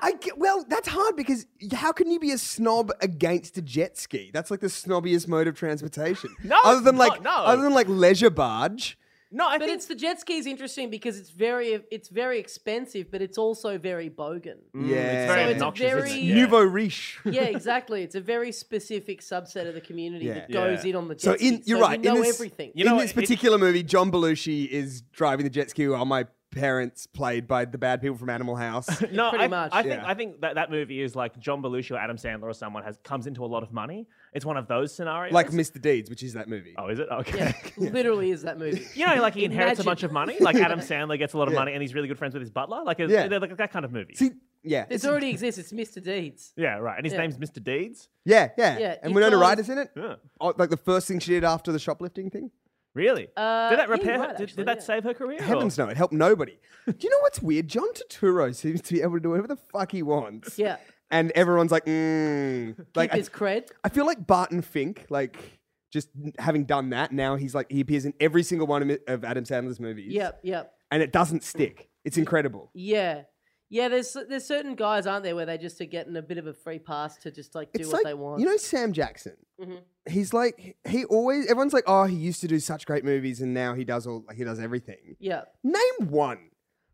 Speaker 2: I get, well, that's hard because how can you be a snob against a jet ski? That's like the snobbiest mode of transportation.
Speaker 1: No,
Speaker 2: other than
Speaker 1: it's
Speaker 2: like
Speaker 1: not, no.
Speaker 2: other than like leisure barge.
Speaker 1: No, I
Speaker 3: But
Speaker 1: think
Speaker 3: it's the jet ski is interesting because it's very it's very expensive, but it's also very bogan.
Speaker 2: yeah,
Speaker 1: Mm, it's very
Speaker 3: So it's a
Speaker 1: obnoxious. isn't
Speaker 3: very-
Speaker 1: it?
Speaker 3: Yeah.
Speaker 2: nouveau riche.
Speaker 3: Yeah, exactly. It's a very specific subset of the community
Speaker 2: Yeah.
Speaker 3: that goes
Speaker 1: Yeah.
Speaker 3: in on the jet
Speaker 2: So
Speaker 3: ski.
Speaker 2: in, you're
Speaker 3: so
Speaker 2: right.
Speaker 3: We know
Speaker 2: in this,
Speaker 3: everything.
Speaker 1: You know
Speaker 2: in
Speaker 1: what,
Speaker 2: this
Speaker 1: it-
Speaker 2: particular movie, John Belushi is driving the jet ski while my parents played by the bad people from Animal House.
Speaker 1: No,
Speaker 3: pretty
Speaker 1: I,
Speaker 3: much.
Speaker 1: I think
Speaker 2: Yeah.
Speaker 1: I think that that movie is like John Belushi or Adam Sandler or someone has comes into a lot of money. It's one of those scenarios.
Speaker 2: like Mr. Deeds, which is that movie.
Speaker 1: oh, is it okay?
Speaker 3: Yeah, literally is that movie.
Speaker 1: You know, like he inherits a
Speaker 3: Imagine.
Speaker 1: bunch of money. Like Adam Sandler gets a lot of
Speaker 2: Yeah.
Speaker 1: money, and he's really good friends with his butler. Like, it's,
Speaker 2: Yeah.
Speaker 1: they're like that kind of movie.
Speaker 2: See, yeah,
Speaker 3: This already exists. It's Mr. Deeds.
Speaker 1: yeah, right. And his
Speaker 3: Yeah.
Speaker 1: name's Mr. Deeds.
Speaker 2: yeah, yeah,
Speaker 3: Yeah,
Speaker 2: And
Speaker 3: you
Speaker 2: Winona
Speaker 3: can't-
Speaker 2: Ryder's in it.
Speaker 1: Yeah.
Speaker 2: Oh, like the first thing she did after the shoplifting thing.
Speaker 1: Really?
Speaker 3: Uh,
Speaker 1: did that
Speaker 3: yeah,
Speaker 1: repair?
Speaker 3: you're right,
Speaker 1: her, did,
Speaker 3: actually,
Speaker 1: did that
Speaker 3: yeah.
Speaker 1: save her career? or-
Speaker 2: Heavens no, it helped nobody. Do you know what's weird? John Turturro seems to be able to do whatever the fuck he wants.
Speaker 3: Yeah.
Speaker 2: And everyone's like, mm. Like,
Speaker 3: Keep
Speaker 2: I,
Speaker 3: his cred.
Speaker 2: I feel like Barton Fink, like, just having done that, now he's like, he appears in every single one of mi- of Adam Sandler's movies.
Speaker 3: Yep, yep.
Speaker 2: And it doesn't stick. It's incredible.
Speaker 3: Yeah. Yeah, there's there's certain guys, aren't there, where they just are getting a bit of a free pass to just like do
Speaker 2: it's
Speaker 3: what
Speaker 2: like,
Speaker 3: they want.
Speaker 2: you know, Sam Jackson.
Speaker 3: Mhm.
Speaker 2: He's like, he always, everyone's like, oh, he used to do such great movies and now he does all, he does everything.
Speaker 3: yeah.
Speaker 2: Name one.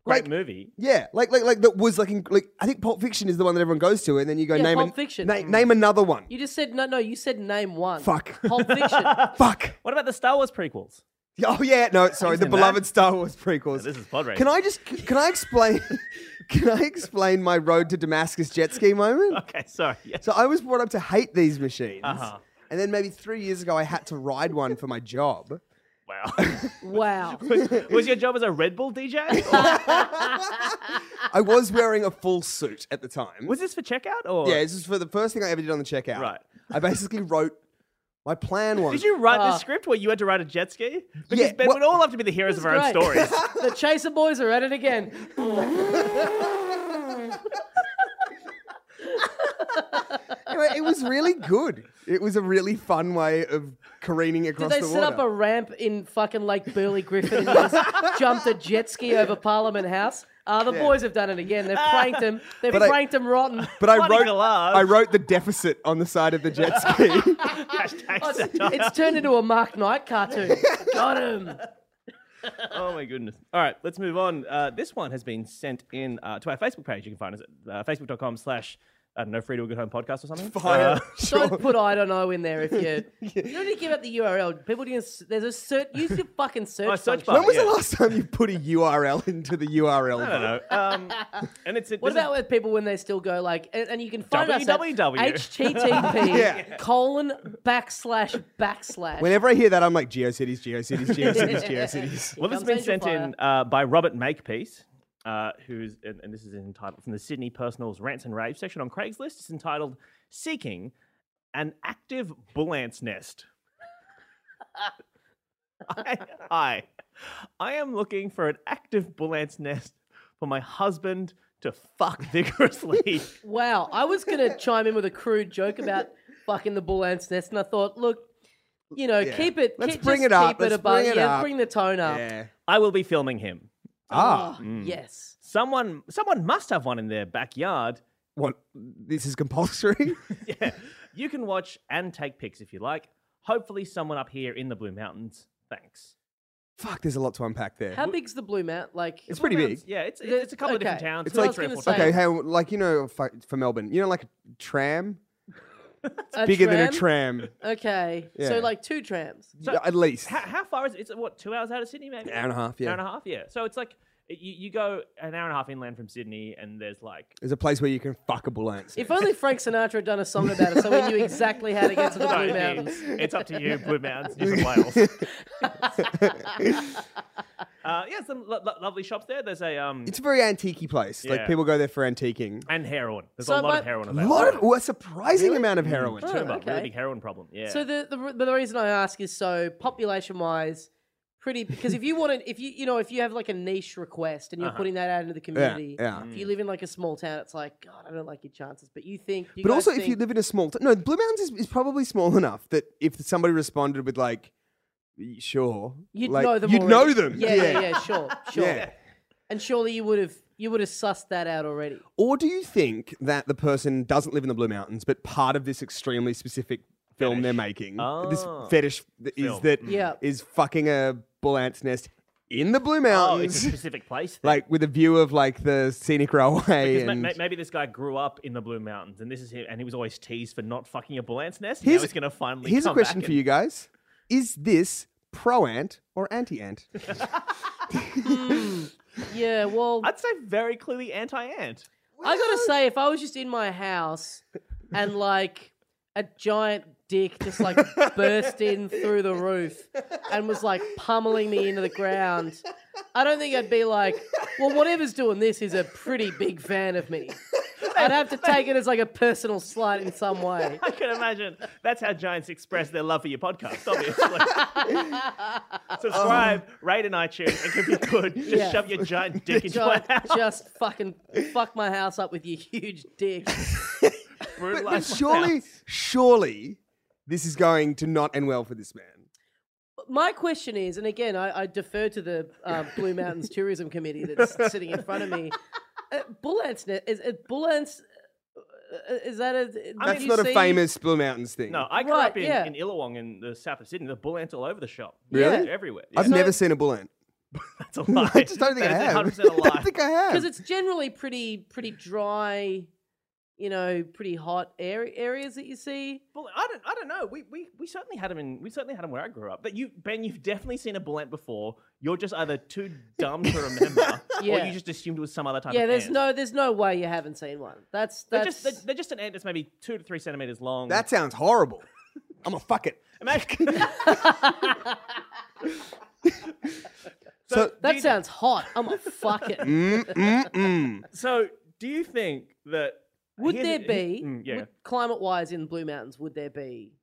Speaker 1: Great
Speaker 2: Like-
Speaker 1: movie.
Speaker 2: Yeah, like like like that was like in, like I think Pulp Fiction is the one that everyone goes to, and then you go
Speaker 3: Yeah,
Speaker 2: name
Speaker 3: Pulp
Speaker 2: an-
Speaker 3: Fiction. Mm.
Speaker 2: na- name another one.
Speaker 3: You just said no, no. You said name one.
Speaker 2: Fuck.
Speaker 3: Pulp Fiction.
Speaker 2: Fuck.
Speaker 1: What about the Star Wars prequels?
Speaker 2: Oh yeah, no, sorry,
Speaker 1: I've
Speaker 2: the
Speaker 1: seen
Speaker 2: beloved
Speaker 1: that.
Speaker 2: Star Wars prequels.
Speaker 1: This is pod race.
Speaker 2: can I just can I explain? can I explain my road to Damascus jet ski moment?
Speaker 1: Okay, sorry. Yeah.
Speaker 2: So I was brought up to hate these machines,
Speaker 1: Uh-huh.
Speaker 2: and then maybe three years ago I had to ride one for my job.
Speaker 1: Wow.
Speaker 3: Wow.
Speaker 1: was, was your job as a Red Bull DJ? Or
Speaker 2: I was wearing a full suit at the time.
Speaker 1: was this for checkout or?
Speaker 2: yeah, this is for the first thing I ever did on the checkout.
Speaker 1: Right.
Speaker 2: I basically wrote my plan was.
Speaker 1: Did you write
Speaker 3: Ah.
Speaker 1: the script where you had to ride a jet ski? Because
Speaker 2: Yeah,
Speaker 1: Ben,
Speaker 2: well-
Speaker 1: we'd all love to be the heroes
Speaker 3: This
Speaker 1: of
Speaker 3: is
Speaker 1: our own
Speaker 3: great.
Speaker 1: stories.
Speaker 3: the Chaser Boys are at it again.
Speaker 2: Anyway, it was really good. It was a really fun way of careening across
Speaker 3: Did they
Speaker 2: the
Speaker 3: set up a
Speaker 2: water.
Speaker 3: ramp in fucking Lake Burley Griffin and you just jumped a jet ski over Parliament House? Uh, the boys have done it again. They've pranked them. They've
Speaker 2: But I-
Speaker 3: pranked them rotten.
Speaker 2: but I
Speaker 1: Bloody
Speaker 2: wrote,
Speaker 1: glove.
Speaker 2: I wrote the deficit on the side of the jet ski.
Speaker 1: Hashtag
Speaker 3: Oh, it's,
Speaker 1: satire.
Speaker 3: it's turned into a Mark Knight cartoon. Got him.
Speaker 1: oh my goodness. All right, let's move on. Uh, this one has been sent in uh, to our Facebook page. You can find us at uh, facebook.com slash, I don't know, free to a good home podcast or something. Uh,
Speaker 3: Don't put I don't know in there if you. You don't need to give out the URL. People do. There's a search. Use your fucking search.
Speaker 1: My search
Speaker 3: function.
Speaker 1: bar.
Speaker 2: when was
Speaker 1: Yeah.
Speaker 2: the last time you put a URL into the URL?
Speaker 1: I don't know. Um, and it's
Speaker 3: What about with people when they still go like, and, and you can find
Speaker 1: www.
Speaker 3: us at http
Speaker 2: Yeah.
Speaker 3: colon backslash backslash.
Speaker 2: Whenever I hear that, I'm like GeoCities, GeoCities, GeoCities, GeoCities.
Speaker 1: Well, this has
Speaker 3: Comes
Speaker 1: been
Speaker 3: Angel
Speaker 1: sent in uh, by Robert Makepeace, uh, who's, and, and this is entitled from the Sydney Personals Rants and Raves section on Craigslist. It's entitled Seeking an Active Bull Ant's Nest. I, I, I am looking for an active bull ant's nest for my husband to fuck vigorously.
Speaker 3: Wow, I was gonna chime in with a crude joke about fucking the bull ant's nest, and I thought, look, you know,
Speaker 2: Yeah.
Speaker 3: keep it.
Speaker 2: Let's
Speaker 3: keep,
Speaker 2: bring
Speaker 3: just
Speaker 2: it up,
Speaker 3: Keep it
Speaker 2: let's
Speaker 3: above.
Speaker 2: bring it
Speaker 3: yeah,
Speaker 2: up.
Speaker 3: bring the tone up.
Speaker 2: Yeah.
Speaker 1: I will be filming him. Mm.
Speaker 2: Ah,
Speaker 3: Oh, Yes.
Speaker 1: Someone, someone must have one in their backyard.
Speaker 2: what? This is compulsory?
Speaker 1: yeah. You can watch and take pics if you like. Hopefully, someone up here in the Blue Mountains. Thanks.
Speaker 2: Fuck, there's a lot to unpack there.
Speaker 3: How big's the blue mount? Like,
Speaker 2: it's pretty big.
Speaker 1: Yeah, it's
Speaker 3: The-
Speaker 1: it's, it's a couple of different
Speaker 3: okay.
Speaker 1: towns.
Speaker 3: It's
Speaker 1: like
Speaker 3: like-
Speaker 1: three or four
Speaker 3: I was
Speaker 2: Okay,
Speaker 1: towns.
Speaker 3: gonna
Speaker 2: hey, like, you know, for, for Melbourne, you know, like a tram?
Speaker 3: a
Speaker 2: Bigger than a
Speaker 3: tram?
Speaker 2: tram,
Speaker 3: Okay,
Speaker 2: Yeah.
Speaker 3: so like two trams.
Speaker 1: So-
Speaker 2: at least.
Speaker 1: How, how far is it? It's what two hours out of Sydney, maybe.
Speaker 2: Hour and a half, yeah.
Speaker 1: Hour and a half, yeah. So it's like you, you go an hour and a half inland from Sydney, and there's like
Speaker 2: There's a place where you can fuck a bull ant.
Speaker 3: If only Frank Sinatra had done a song about it, so we knew exactly how to get to the
Speaker 1: Sorry,
Speaker 3: Blue
Speaker 1: Dean.
Speaker 3: Mountains.
Speaker 1: It's up to you, Blue Mountains, New South Wales. uh, yeah, some lo- lo- lovely shops there. There's a um
Speaker 2: It's a very antique place. Like
Speaker 1: Yeah.
Speaker 2: people go there for antiquing.
Speaker 1: and heroin. There's
Speaker 3: So
Speaker 1: a lot
Speaker 3: my-
Speaker 1: of heroin
Speaker 2: A
Speaker 1: available.
Speaker 2: lot of, oh, a surprising amount
Speaker 1: Hmm.
Speaker 2: of heroin.
Speaker 3: Oh,
Speaker 1: Tumor,
Speaker 3: okay.
Speaker 1: really big heroin problem. Yeah.
Speaker 3: So the, the but the reason I ask is so population wise, pretty because if you wanted if you you know if you have like a niche request and you're putting that out into the community,
Speaker 2: yeah.
Speaker 3: if you live in like a small town, it's like God, I don't like your chances. But you think, you
Speaker 2: But
Speaker 3: guys
Speaker 2: also, if
Speaker 3: think-
Speaker 2: you live in a small town, no, Blue Mountains is, is probably small enough that if somebody responded with like, "Y- "Sure,"
Speaker 3: you'd
Speaker 2: like,
Speaker 3: know them,
Speaker 2: You'd know
Speaker 3: already.
Speaker 2: them.
Speaker 3: Yeah, yeah, yeah, sure, sure.
Speaker 2: Yeah.
Speaker 3: And surely you would have you would have sussed that out already.
Speaker 2: Or do you think that the person doesn't live in the Blue Mountains, but part of this extremely specific film they're making, this
Speaker 1: Oh.
Speaker 2: fetish th- is
Speaker 1: Film.
Speaker 2: that is
Speaker 3: Mm. Yeah.
Speaker 2: fucking a bull ant's nest in the Blue
Speaker 1: oh, it's
Speaker 2: Mountains,
Speaker 1: a specific place. Then.
Speaker 2: like with a view of like the scenic railway,
Speaker 1: 'Cause ma-
Speaker 2: and
Speaker 1: ma- maybe this guy grew up in the Blue Mountains, and this is him, and he was always teased for not fucking a bull ant's nest. Now
Speaker 2: Here's-
Speaker 1: he's gonna finally.
Speaker 2: Here's a
Speaker 1: come
Speaker 2: question
Speaker 1: back
Speaker 2: for
Speaker 1: and-
Speaker 2: you guys: Is this pro ant or anti ant?
Speaker 3: Yeah, well,
Speaker 1: I'd say very clearly anti-ant.
Speaker 3: I gotta say, if I was just in my house and like a giant dick just like burst in through the roof and was like pummeling me into the ground, I don't think I'd be like, well, whatever's doing this is a pretty big fan of me. I'd have to take it as like a personal slight in some way.
Speaker 1: I can imagine that's how giants express their love for your podcast. Obviously, subscribe, rate, and iTunes, and if you could, just
Speaker 3: Yeah.
Speaker 1: shove your giant dick into my
Speaker 3: Giant,
Speaker 1: house.
Speaker 3: just fucking fuck my house up with your huge dick.
Speaker 1: But,
Speaker 2: But surely, surely, this is going to not end well for this man.
Speaker 3: My question is, and again, I, I defer to the uh, Blue Mountains Tourism Committee that's sitting in front of me. Uh, bull ants, ne- is, is bull ants, uh, is that a?
Speaker 1: I
Speaker 2: That's
Speaker 1: mean,
Speaker 2: not
Speaker 1: you
Speaker 2: a famous Blue Mountains thing.
Speaker 1: no, I grew
Speaker 3: Right,
Speaker 1: up in,
Speaker 3: yeah.
Speaker 1: in Illawong in the south of Sydney. The bull ant's all over the shop.
Speaker 2: Really?
Speaker 1: everywhere.
Speaker 2: I've
Speaker 1: Yeah.
Speaker 2: never seen a bull ant.
Speaker 1: That's a lie.
Speaker 2: I just don't think I
Speaker 1: That is
Speaker 2: have.
Speaker 1: 100% a
Speaker 2: I
Speaker 1: lie.
Speaker 2: don't think I have.
Speaker 3: because it's generally pretty pretty dry, you know, pretty hot air- areas that you see.
Speaker 1: Well, I don't, I don't know. We, we, we certainly had them in, we certainly had 'em where I grew up. But you, Ben, you've definitely seen a blimp before. You're just either too dumb to remember, or
Speaker 3: Yeah.
Speaker 1: you just assumed it was some other type.
Speaker 3: yeah,
Speaker 1: of
Speaker 3: there's
Speaker 1: ant.
Speaker 3: no there's no way you haven't seen one. That's
Speaker 1: They're
Speaker 3: that's
Speaker 1: just, they're, they're just an ant that's maybe two to three centimeters long.
Speaker 2: that sounds horrible. I'm a fuck it.
Speaker 1: imagine.
Speaker 2: So,
Speaker 1: do
Speaker 3: that
Speaker 1: you-
Speaker 3: sounds hot. I'm a fuck it.
Speaker 2: mm, mm, mm.
Speaker 1: So, do you think that
Speaker 3: Would
Speaker 1: here's
Speaker 3: there
Speaker 1: a- he-
Speaker 3: be
Speaker 1: mm, yeah,
Speaker 3: climate wise in Blue Mountains? Would there be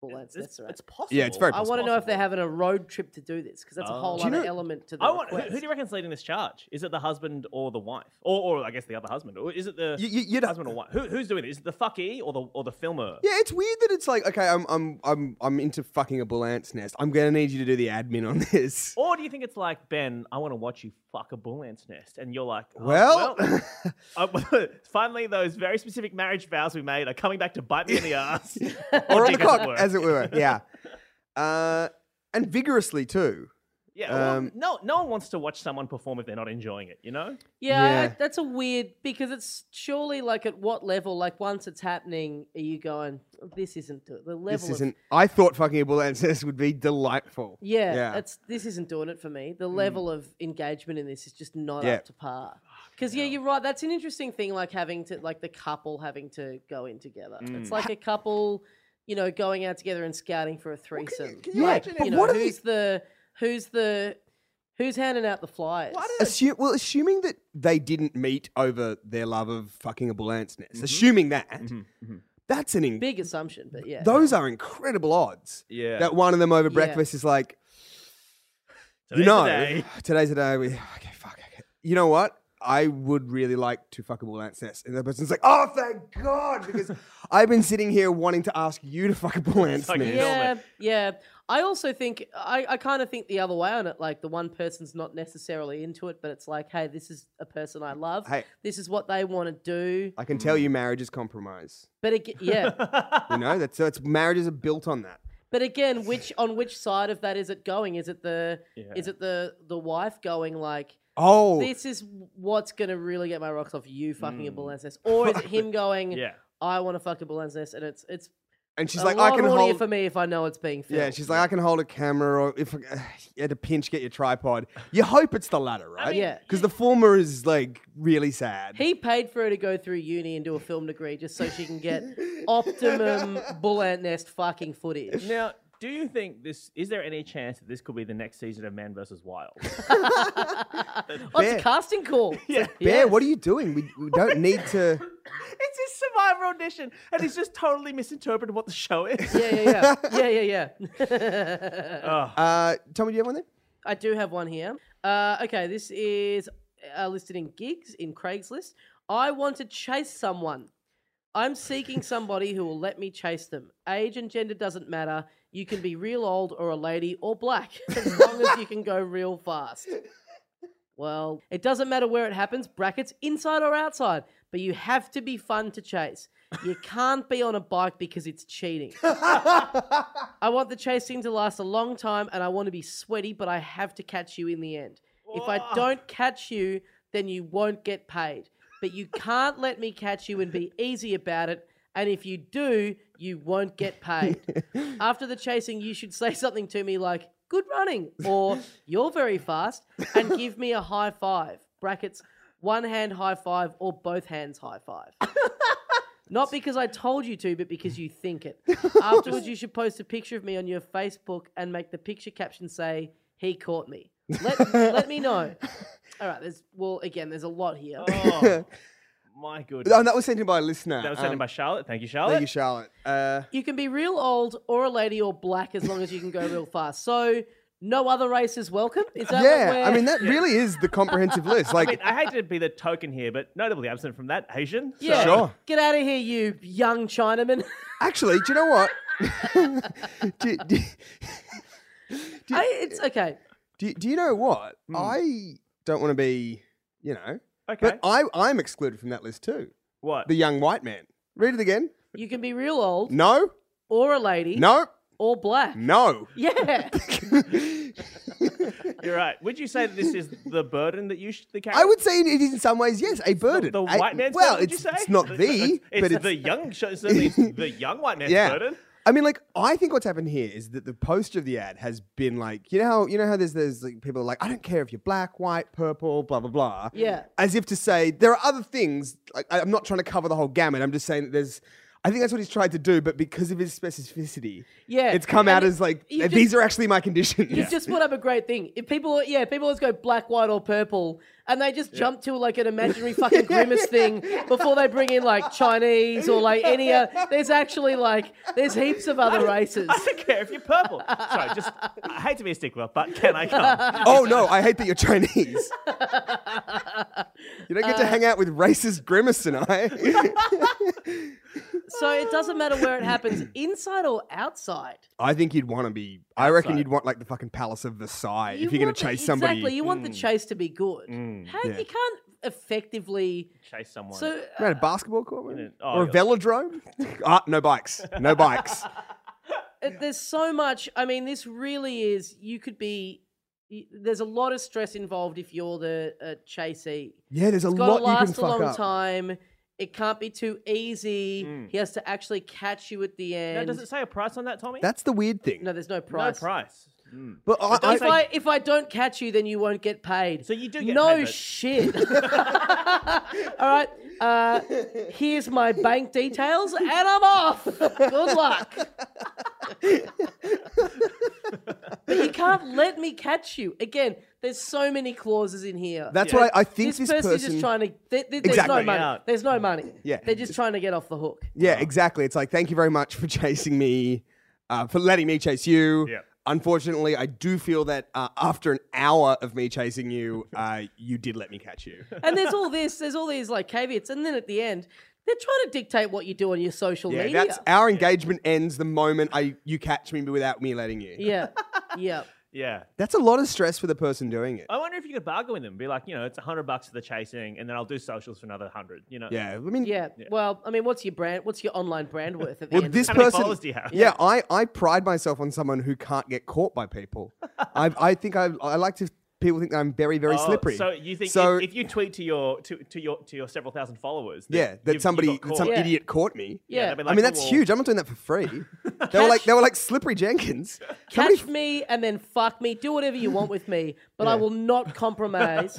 Speaker 3: bull ants?
Speaker 1: it's,
Speaker 3: That's right.
Speaker 1: it's possible.
Speaker 2: Yeah, it's very
Speaker 3: I
Speaker 2: possible.
Speaker 3: want to know if they're having a road trip to do this because that's a
Speaker 1: Oh.
Speaker 3: whole
Speaker 1: Do you
Speaker 3: other
Speaker 2: know-
Speaker 3: element to the
Speaker 1: I want, who,
Speaker 3: request.
Speaker 1: who do you reckon's leading this charge? Is it the husband or the wife, or, or I guess the other husband, or is it the
Speaker 2: You, you, you'd,
Speaker 1: husband or wife? Who, who's doing it? Is it the fucky or the or the filmer?
Speaker 2: yeah, it's weird that it's like, okay, I'm, I'm, I'm, I'm into fucking a bull ant's nest. I'm gonna need you to do the admin on this.
Speaker 1: Or do you think it's like Ben? I want to watch you fuck a bull ant's nest, and you're like, oh,
Speaker 2: Well,
Speaker 1: uh, finally, those very specific marriage vows we made are coming back to bite me in the ass,
Speaker 2: or on the
Speaker 1: dick, as it
Speaker 2: cock,
Speaker 1: were.
Speaker 2: as it were. Yeah, uh, and vigorously too.
Speaker 1: Yeah, well,
Speaker 2: Um,
Speaker 1: no, no one wants to watch someone perform if they're not enjoying it. You know,
Speaker 3: Yeah, I-
Speaker 2: Yeah.
Speaker 3: that's a weird because it's surely like at what level? Like once it's happening, are you going? This isn't do- the level.
Speaker 2: This
Speaker 3: of,
Speaker 2: isn't. I thought fucking a bull ant's nest would be delightful.
Speaker 3: Yeah,
Speaker 2: Yeah. Mm.
Speaker 3: that's this isn't doing it for me. The level of engagement in this is just not
Speaker 2: Yeah.
Speaker 3: up to par. Because yeah, you're right. That's an interesting thing. Like having to like the couple having to go in together.
Speaker 1: Mm.
Speaker 3: It's like a couple, you know, going out together and scouting for a threesome.
Speaker 1: can
Speaker 2: you
Speaker 3: like,
Speaker 2: imagine if-
Speaker 3: you know,
Speaker 2: What are
Speaker 3: who's
Speaker 2: these-
Speaker 3: the who's the who's handing out the flyers?
Speaker 2: Assume, well, assuming that they didn't meet over their love of fucking a bull ant's nest, assuming that,
Speaker 1: Mm-hmm.
Speaker 2: hmm. that's an in-
Speaker 3: Big assumption, but yeah.
Speaker 2: those are incredible odds.
Speaker 1: Yeah.
Speaker 2: That one of them over
Speaker 3: Yeah.
Speaker 2: breakfast is like,
Speaker 1: Today's
Speaker 2: you know,
Speaker 1: the day.
Speaker 2: today's the day. We okay, fuck. Okay. You know what? I would really like to fuck a bull ant's nest, and the person's like, "Oh, thank God!" Because I've been sitting here wanting to ask you to fuck a bull ant's
Speaker 1: like,
Speaker 2: nest.
Speaker 1: yeah.
Speaker 3: Yeah,
Speaker 1: element.
Speaker 3: yeah. I also think I, I kind of think the other way on it. Like the one person's not necessarily into it, but it's like, hey, this is a person I love.
Speaker 2: Hey.
Speaker 3: This is what they want to do.
Speaker 2: I can tell you, marriage is compromise.
Speaker 3: But again, yeah.
Speaker 2: You know, that's that's marriages are built on that.
Speaker 3: but again, which on which side of that is it going? Is it the is
Speaker 1: Yeah.
Speaker 3: it the the wife going like
Speaker 2: Oh,
Speaker 3: this is what's gonna really get my rocks off? You fucking a bull ant's nest, or is it him going?
Speaker 1: Hmm. yeah.
Speaker 3: I want to fuck a bull ant's nest, and it's it's
Speaker 2: and she's
Speaker 3: a
Speaker 2: like,
Speaker 3: lot
Speaker 2: "I can
Speaker 3: hornier
Speaker 2: hold."
Speaker 3: for me if I know it's being filmed.
Speaker 2: Yeah, she's like, I can hold a camera, or if uh, at a pinch, get your tripod. You hope it's the latter, right?
Speaker 3: mean, Yeah.
Speaker 2: because the former is like really sad.
Speaker 3: He paid for her to go through uni and do a film degree just so she can get optimum bull ant nest fucking footage.
Speaker 1: Now, do you think this? Is there any chance that this could be the next season of Man vs. Wild?
Speaker 3: Oh, it's
Speaker 2: Bear.
Speaker 3: a casting call. yeah.
Speaker 2: Bear, what are you doing? We, we don't need to.
Speaker 1: it's his Survivor audition, and he's just totally misinterpreted what the show is. Oh.
Speaker 3: Yeah, yeah, yeah, yeah, yeah, yeah.
Speaker 2: Uh, Tommy, do you have one there?
Speaker 3: I do have one here. Uh, okay, this is uh, listed in gigs in Craigslist. I want to chase someone. I'm seeking somebody who will let me chase them. Age and gender doesn't matter. You can be real old or a lady or black, as long as you can go real fast. Well, it doesn't matter where it happens, brackets, inside or outside, but you have to be fun to chase. You can't be on a bike because it's cheating. I want the chasing to last a long time and I want to be sweaty, but I have to catch you in the end. If I don't catch you, then you won't get paid. But you can't let me catch you and be easy about it. And if you do, you won't get paid. After the chasing, you should say something to me like, good running, or you're very fast, and give me a high five. Brackets, one hand high five, or both hands high five. Not because I told you to, but because you think it. Afterwards, you should post a picture of me on your Facebook and make the picture caption say, he caught me. Let, let me know. All right, there's, well, again, there's a lot here.
Speaker 1: Oh, my goodness.
Speaker 2: Oh, and that was sent in by a listener.
Speaker 1: that was sent in
Speaker 2: Um,
Speaker 1: by Charlotte. Thank you, Charlotte.
Speaker 2: Thank you, Charlotte. Uh,
Speaker 3: You can be real old or a lady or black as long as you can go real fast. So, no other race is welcome? Is that what
Speaker 2: yeah,
Speaker 3: we're-
Speaker 2: I mean that really is the comprehensive list. Like,
Speaker 1: I mean, I hate to be the token here, but notably absent from that, Asian. So-
Speaker 3: Yeah.
Speaker 2: Sure.
Speaker 3: Get out of here, you young Chinaman.
Speaker 2: actually, do you know what? do, do,
Speaker 3: I, it's okay.
Speaker 2: do, do you know what?
Speaker 1: Hmm.
Speaker 2: I don't want to be, you know,
Speaker 1: Okay.
Speaker 2: but uh, I I'm excluded from that list too.
Speaker 1: what?
Speaker 2: The young white man. Read it again.
Speaker 3: You can be real old
Speaker 2: No,
Speaker 3: or a lady
Speaker 2: no,
Speaker 3: all black.
Speaker 2: No.
Speaker 3: Yeah.
Speaker 1: You're right. Would you say that this is the burden that you should carry?
Speaker 2: I would say it is in some ways, yes, a burden.
Speaker 1: The
Speaker 2: I-
Speaker 1: white man's
Speaker 2: well,
Speaker 1: burden, would
Speaker 2: it's,
Speaker 1: you say?
Speaker 2: it's not the,
Speaker 1: it's,
Speaker 2: but it's
Speaker 1: the young, certainly it's the young white man's
Speaker 2: yeah.
Speaker 1: burden.
Speaker 2: I mean, like, I think what's happened here is that the poster of the ad has been like, you know how you know how there's there's like people are like, I don't care if you're black, white, purple, blah blah blah.
Speaker 3: Yeah.
Speaker 2: As if to say there are other things. Like, I- I'm not trying to cover the whole gamut. I'm just saying that there's. I think that's what he's tried to do, but because of his specificity,
Speaker 3: Yeah.
Speaker 2: it's come out
Speaker 3: And
Speaker 2: as like
Speaker 3: you
Speaker 2: "Eh,
Speaker 3: just-
Speaker 2: these are actually my conditions.
Speaker 3: You just put up a great thing. If people, yeah, people always go black, white, or purple, and they just jump to like an imaginary fucking grimace thing before they bring in like Chinese or like any. Uh, there's actually like there's heaps of other races.
Speaker 1: I don't care if you're purple. Sorry, just I hate to be a stickler, but can I come?
Speaker 2: oh no, I hate that you're Chinese. you don't get to hang out with racist grimace and I.
Speaker 3: So it doesn't matter where it happens, inside or outside.
Speaker 2: I think you'd want to be. I reckon
Speaker 1: Outside.
Speaker 2: you'd want like the fucking Palace of Versailles if you're going
Speaker 3: want
Speaker 2: to
Speaker 3: the-
Speaker 2: chase somebody. mm.
Speaker 3: exactly. You want the chase to be good. How,
Speaker 2: Yeah.
Speaker 3: You can't effectively.
Speaker 1: Chase someone.
Speaker 3: So
Speaker 2: Right, a basketball court maybe?
Speaker 1: it- oh,
Speaker 2: or a
Speaker 1: yeah.
Speaker 2: velodrome? ah, no bikes, no bikes.
Speaker 3: it- uh, there's so much i mean this really is you could be y- there's a lot of stress involved if you're the uh, chasee
Speaker 2: Yeah, there's a
Speaker 3: it's
Speaker 2: lot
Speaker 3: got to
Speaker 2: you can
Speaker 3: last a
Speaker 2: fuck
Speaker 3: long
Speaker 2: up. Mm.
Speaker 3: time it can't be too easy he has to actually catch you at the
Speaker 1: No,
Speaker 3: end
Speaker 1: does it say a price on that, Tommy?
Speaker 2: That's the weird thing.
Speaker 3: No, there's no
Speaker 1: no
Speaker 3: price
Speaker 1: price. Hmm.
Speaker 2: but I, I,
Speaker 3: if I, if I don't catch you, then you won't get paid.
Speaker 1: So you do get
Speaker 3: no
Speaker 1: paid, but-
Speaker 3: shit. All right. Uh, here's my bank details, and I'm off. Good luck. but you can't let me catch you again. There's so many clauses in here.
Speaker 2: that's what I, I think.
Speaker 3: this,
Speaker 2: This,
Speaker 3: person is just trying to. Th- th- there's
Speaker 2: Exactly.
Speaker 3: no money.
Speaker 1: Out.
Speaker 3: There's no money.
Speaker 2: Yeah.
Speaker 3: They're just trying to get off the hook.
Speaker 2: Yeah,
Speaker 1: Uh-huh.
Speaker 2: exactly. It's like thank you very much for chasing me, uh, for letting me chase you.
Speaker 1: Yep.
Speaker 2: Unfortunately, I do feel that uh, after an hour of me chasing you, uh, you did let me catch you.
Speaker 3: and there's all this, there's all these like caveats, and then at the end, they're trying to dictate what you do on your social
Speaker 2: Yeah,
Speaker 3: media.
Speaker 2: that's our engagement ends the moment I you catch me without me letting you.
Speaker 3: yeah, yeah.
Speaker 1: Yeah.
Speaker 2: That's a lot of stress for the person doing it.
Speaker 1: I wonder if you could bargain with them, be like, you know, it's hundred bucks for the chasing, and then I'll do socials for another hundred. You know,
Speaker 2: Yeah, I mean,
Speaker 3: Yeah. Well, I mean, what's your brand? What's your online brand worth at the
Speaker 2: Well,
Speaker 3: end?
Speaker 2: this
Speaker 1: How many
Speaker 2: person.
Speaker 1: followers do you have?
Speaker 2: Yeah, I, I pride myself on someone who can't get caught by people. I I think I I like to people think I'm very very
Speaker 1: Oh,
Speaker 2: slippery.
Speaker 1: So you think
Speaker 2: so?
Speaker 1: if, if you tweet to your to, to your to your several thousand followers, that
Speaker 2: yeah,
Speaker 1: you've-
Speaker 2: that
Speaker 1: you've
Speaker 2: somebody
Speaker 1: got
Speaker 2: that some
Speaker 1: caught.
Speaker 3: Yeah.
Speaker 2: idiot caught me.
Speaker 3: Yeah.
Speaker 1: they'd be
Speaker 2: I
Speaker 1: like, "Oh,
Speaker 2: mean that's
Speaker 1: "Well,
Speaker 2: huge. I'm not doing that for free. they were like they were like slippery Jenkins. Somebody
Speaker 3: Catch me and then fuck me. Do whatever you want with me, but I will not compromise.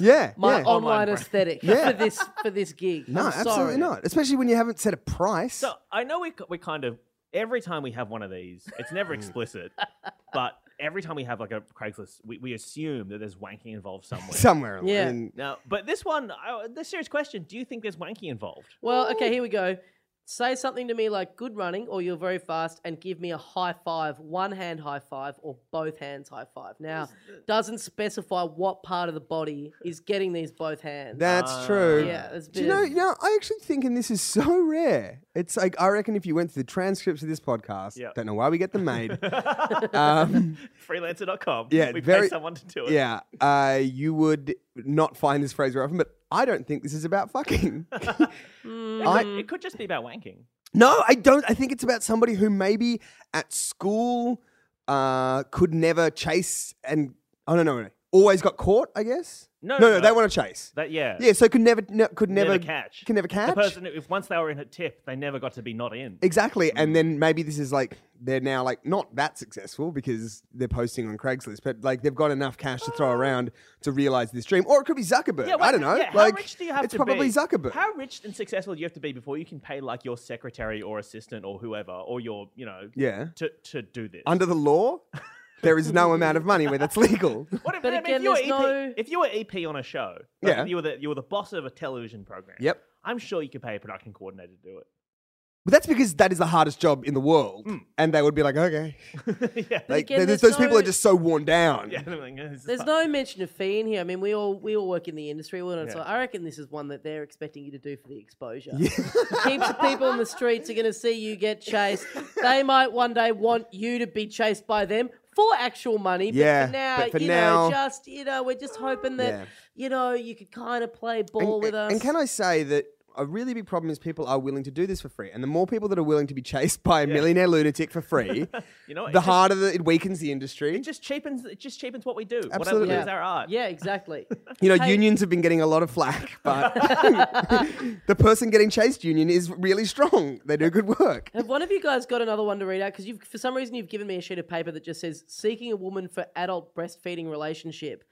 Speaker 2: Yeah,
Speaker 3: my
Speaker 2: yeah.
Speaker 3: online,
Speaker 1: Online brand.
Speaker 3: aesthetic
Speaker 2: Yeah.
Speaker 3: for this for this gig.
Speaker 2: No,
Speaker 3: I'm
Speaker 2: absolutely
Speaker 3: sorry.
Speaker 2: not. Especially when you haven't set a price.
Speaker 1: So I know we we kind of every time we have one of these, it's never explicit, but every time we have like a Craigslist, we, we assume that there's wanking involved somewhere.
Speaker 2: Somewhere. along-
Speaker 3: Yeah.
Speaker 2: I mean,
Speaker 1: now, but this one, I, the serious question: Do you think there's wanking involved?
Speaker 3: Well, okay, here we go. Say something to me like "good running" or "you're very fast," and give me a high five, one hand high five, or both hands high five. Now, doesn't specify what part of the body is getting these both hands.
Speaker 2: that's
Speaker 1: Ah.
Speaker 2: true.
Speaker 3: yeah, it's a
Speaker 2: Do you
Speaker 3: bit
Speaker 2: know,
Speaker 3: of-
Speaker 2: you know, I actually think, and this is so rare. It's like I reckon if you went through the transcripts of this podcast,
Speaker 1: Yep.
Speaker 2: don't know why we get them made. um,
Speaker 1: Freelancer.com.
Speaker 2: Yeah,
Speaker 1: we
Speaker 2: very-
Speaker 1: pay someone to do it.
Speaker 2: yeah, uh, you would not find this phrase very often, but I don't think this is about fucking.
Speaker 3: Mm.
Speaker 1: It,
Speaker 2: I-
Speaker 1: could, it could just be about wanking.
Speaker 2: no, I don't. I think it's about somebody who maybe at school uh, could never chase and oh, I don't know, always got caught. I guess.
Speaker 1: No,
Speaker 2: no, no,
Speaker 1: no.
Speaker 2: they want to chase.
Speaker 1: That yeah.
Speaker 2: Yeah, so could never, ne- could never,
Speaker 1: Never catch.
Speaker 2: Could never catch.
Speaker 1: The person, who- if once they were in a tip, they never got to be not in.
Speaker 2: Exactly.
Speaker 1: Mm.
Speaker 2: And then maybe this is like they're now like not that successful because they're posting on Craigslist, but like they've got enough cash to throw around to realize this dream. Or it could be Zuckerberg. I
Speaker 1: well,
Speaker 2: don't know.
Speaker 1: yeah,
Speaker 2: like
Speaker 1: how rich do you have
Speaker 2: it's
Speaker 1: to
Speaker 2: probably
Speaker 1: be?
Speaker 2: Zuckerberg.
Speaker 1: How rich and successful do you have to be before you can pay like your secretary or assistant or whoever or your you know
Speaker 2: Yeah.
Speaker 1: to, to do this?
Speaker 2: Under the law, there is no amount of money where that's legal.
Speaker 1: what if,
Speaker 3: But
Speaker 1: I mean, if
Speaker 3: again,
Speaker 1: you were EP,
Speaker 3: there's no-
Speaker 1: if you were EP on a show, like,
Speaker 2: Yeah.
Speaker 1: you were the you were the boss of a television program.
Speaker 2: Yep.
Speaker 1: I'm sure you could pay a production coordinator to do
Speaker 2: But that's because that is the hardest job in the world.
Speaker 1: Mm.
Speaker 2: And they would be like, okay.
Speaker 1: it. yeah.
Speaker 2: Like
Speaker 3: again,
Speaker 2: th-
Speaker 3: there's
Speaker 2: those people
Speaker 3: no-
Speaker 2: are just so worn down.
Speaker 1: yeah. I'm like, "Oh, this is
Speaker 3: There's
Speaker 1: fun."
Speaker 3: no mention of fee in here. I mean, we all we all work in the industry. We're not,
Speaker 1: Yeah.
Speaker 3: so I reckon this is one that they're expecting you to do for the exposure. Heaps of people in the streets are going to see you get chased. They might one day want you to be chased by them for actual money.
Speaker 2: Yeah,
Speaker 3: but for now,
Speaker 2: but for
Speaker 3: you
Speaker 2: now-
Speaker 3: know, just you know, we're just hoping that
Speaker 2: Yeah.
Speaker 3: you know you could kind of play
Speaker 2: And-
Speaker 3: ball with
Speaker 2: and,
Speaker 3: us.
Speaker 2: and can I say that a really big problem is people are willing to do this for free, and the more people that are willing to be chased by a millionaire lunatic for free,
Speaker 1: You know, it
Speaker 2: the
Speaker 1: just-
Speaker 2: harder that it weakens the industry.
Speaker 1: It just cheapens. It just cheapens what we do.
Speaker 2: Absolutely.
Speaker 1: What
Speaker 2: Yeah.
Speaker 1: is our art?
Speaker 3: Yeah, exactly.
Speaker 2: You know,
Speaker 3: Hey.
Speaker 2: unions have been getting a lot of flack, but the person getting chased union is really strong. They do good work.
Speaker 3: Have one of you guys got another one to read out? Because you've, for some reason, you've given me a sheet of paper that just says "seeking a woman for adult breastfeeding relationship,"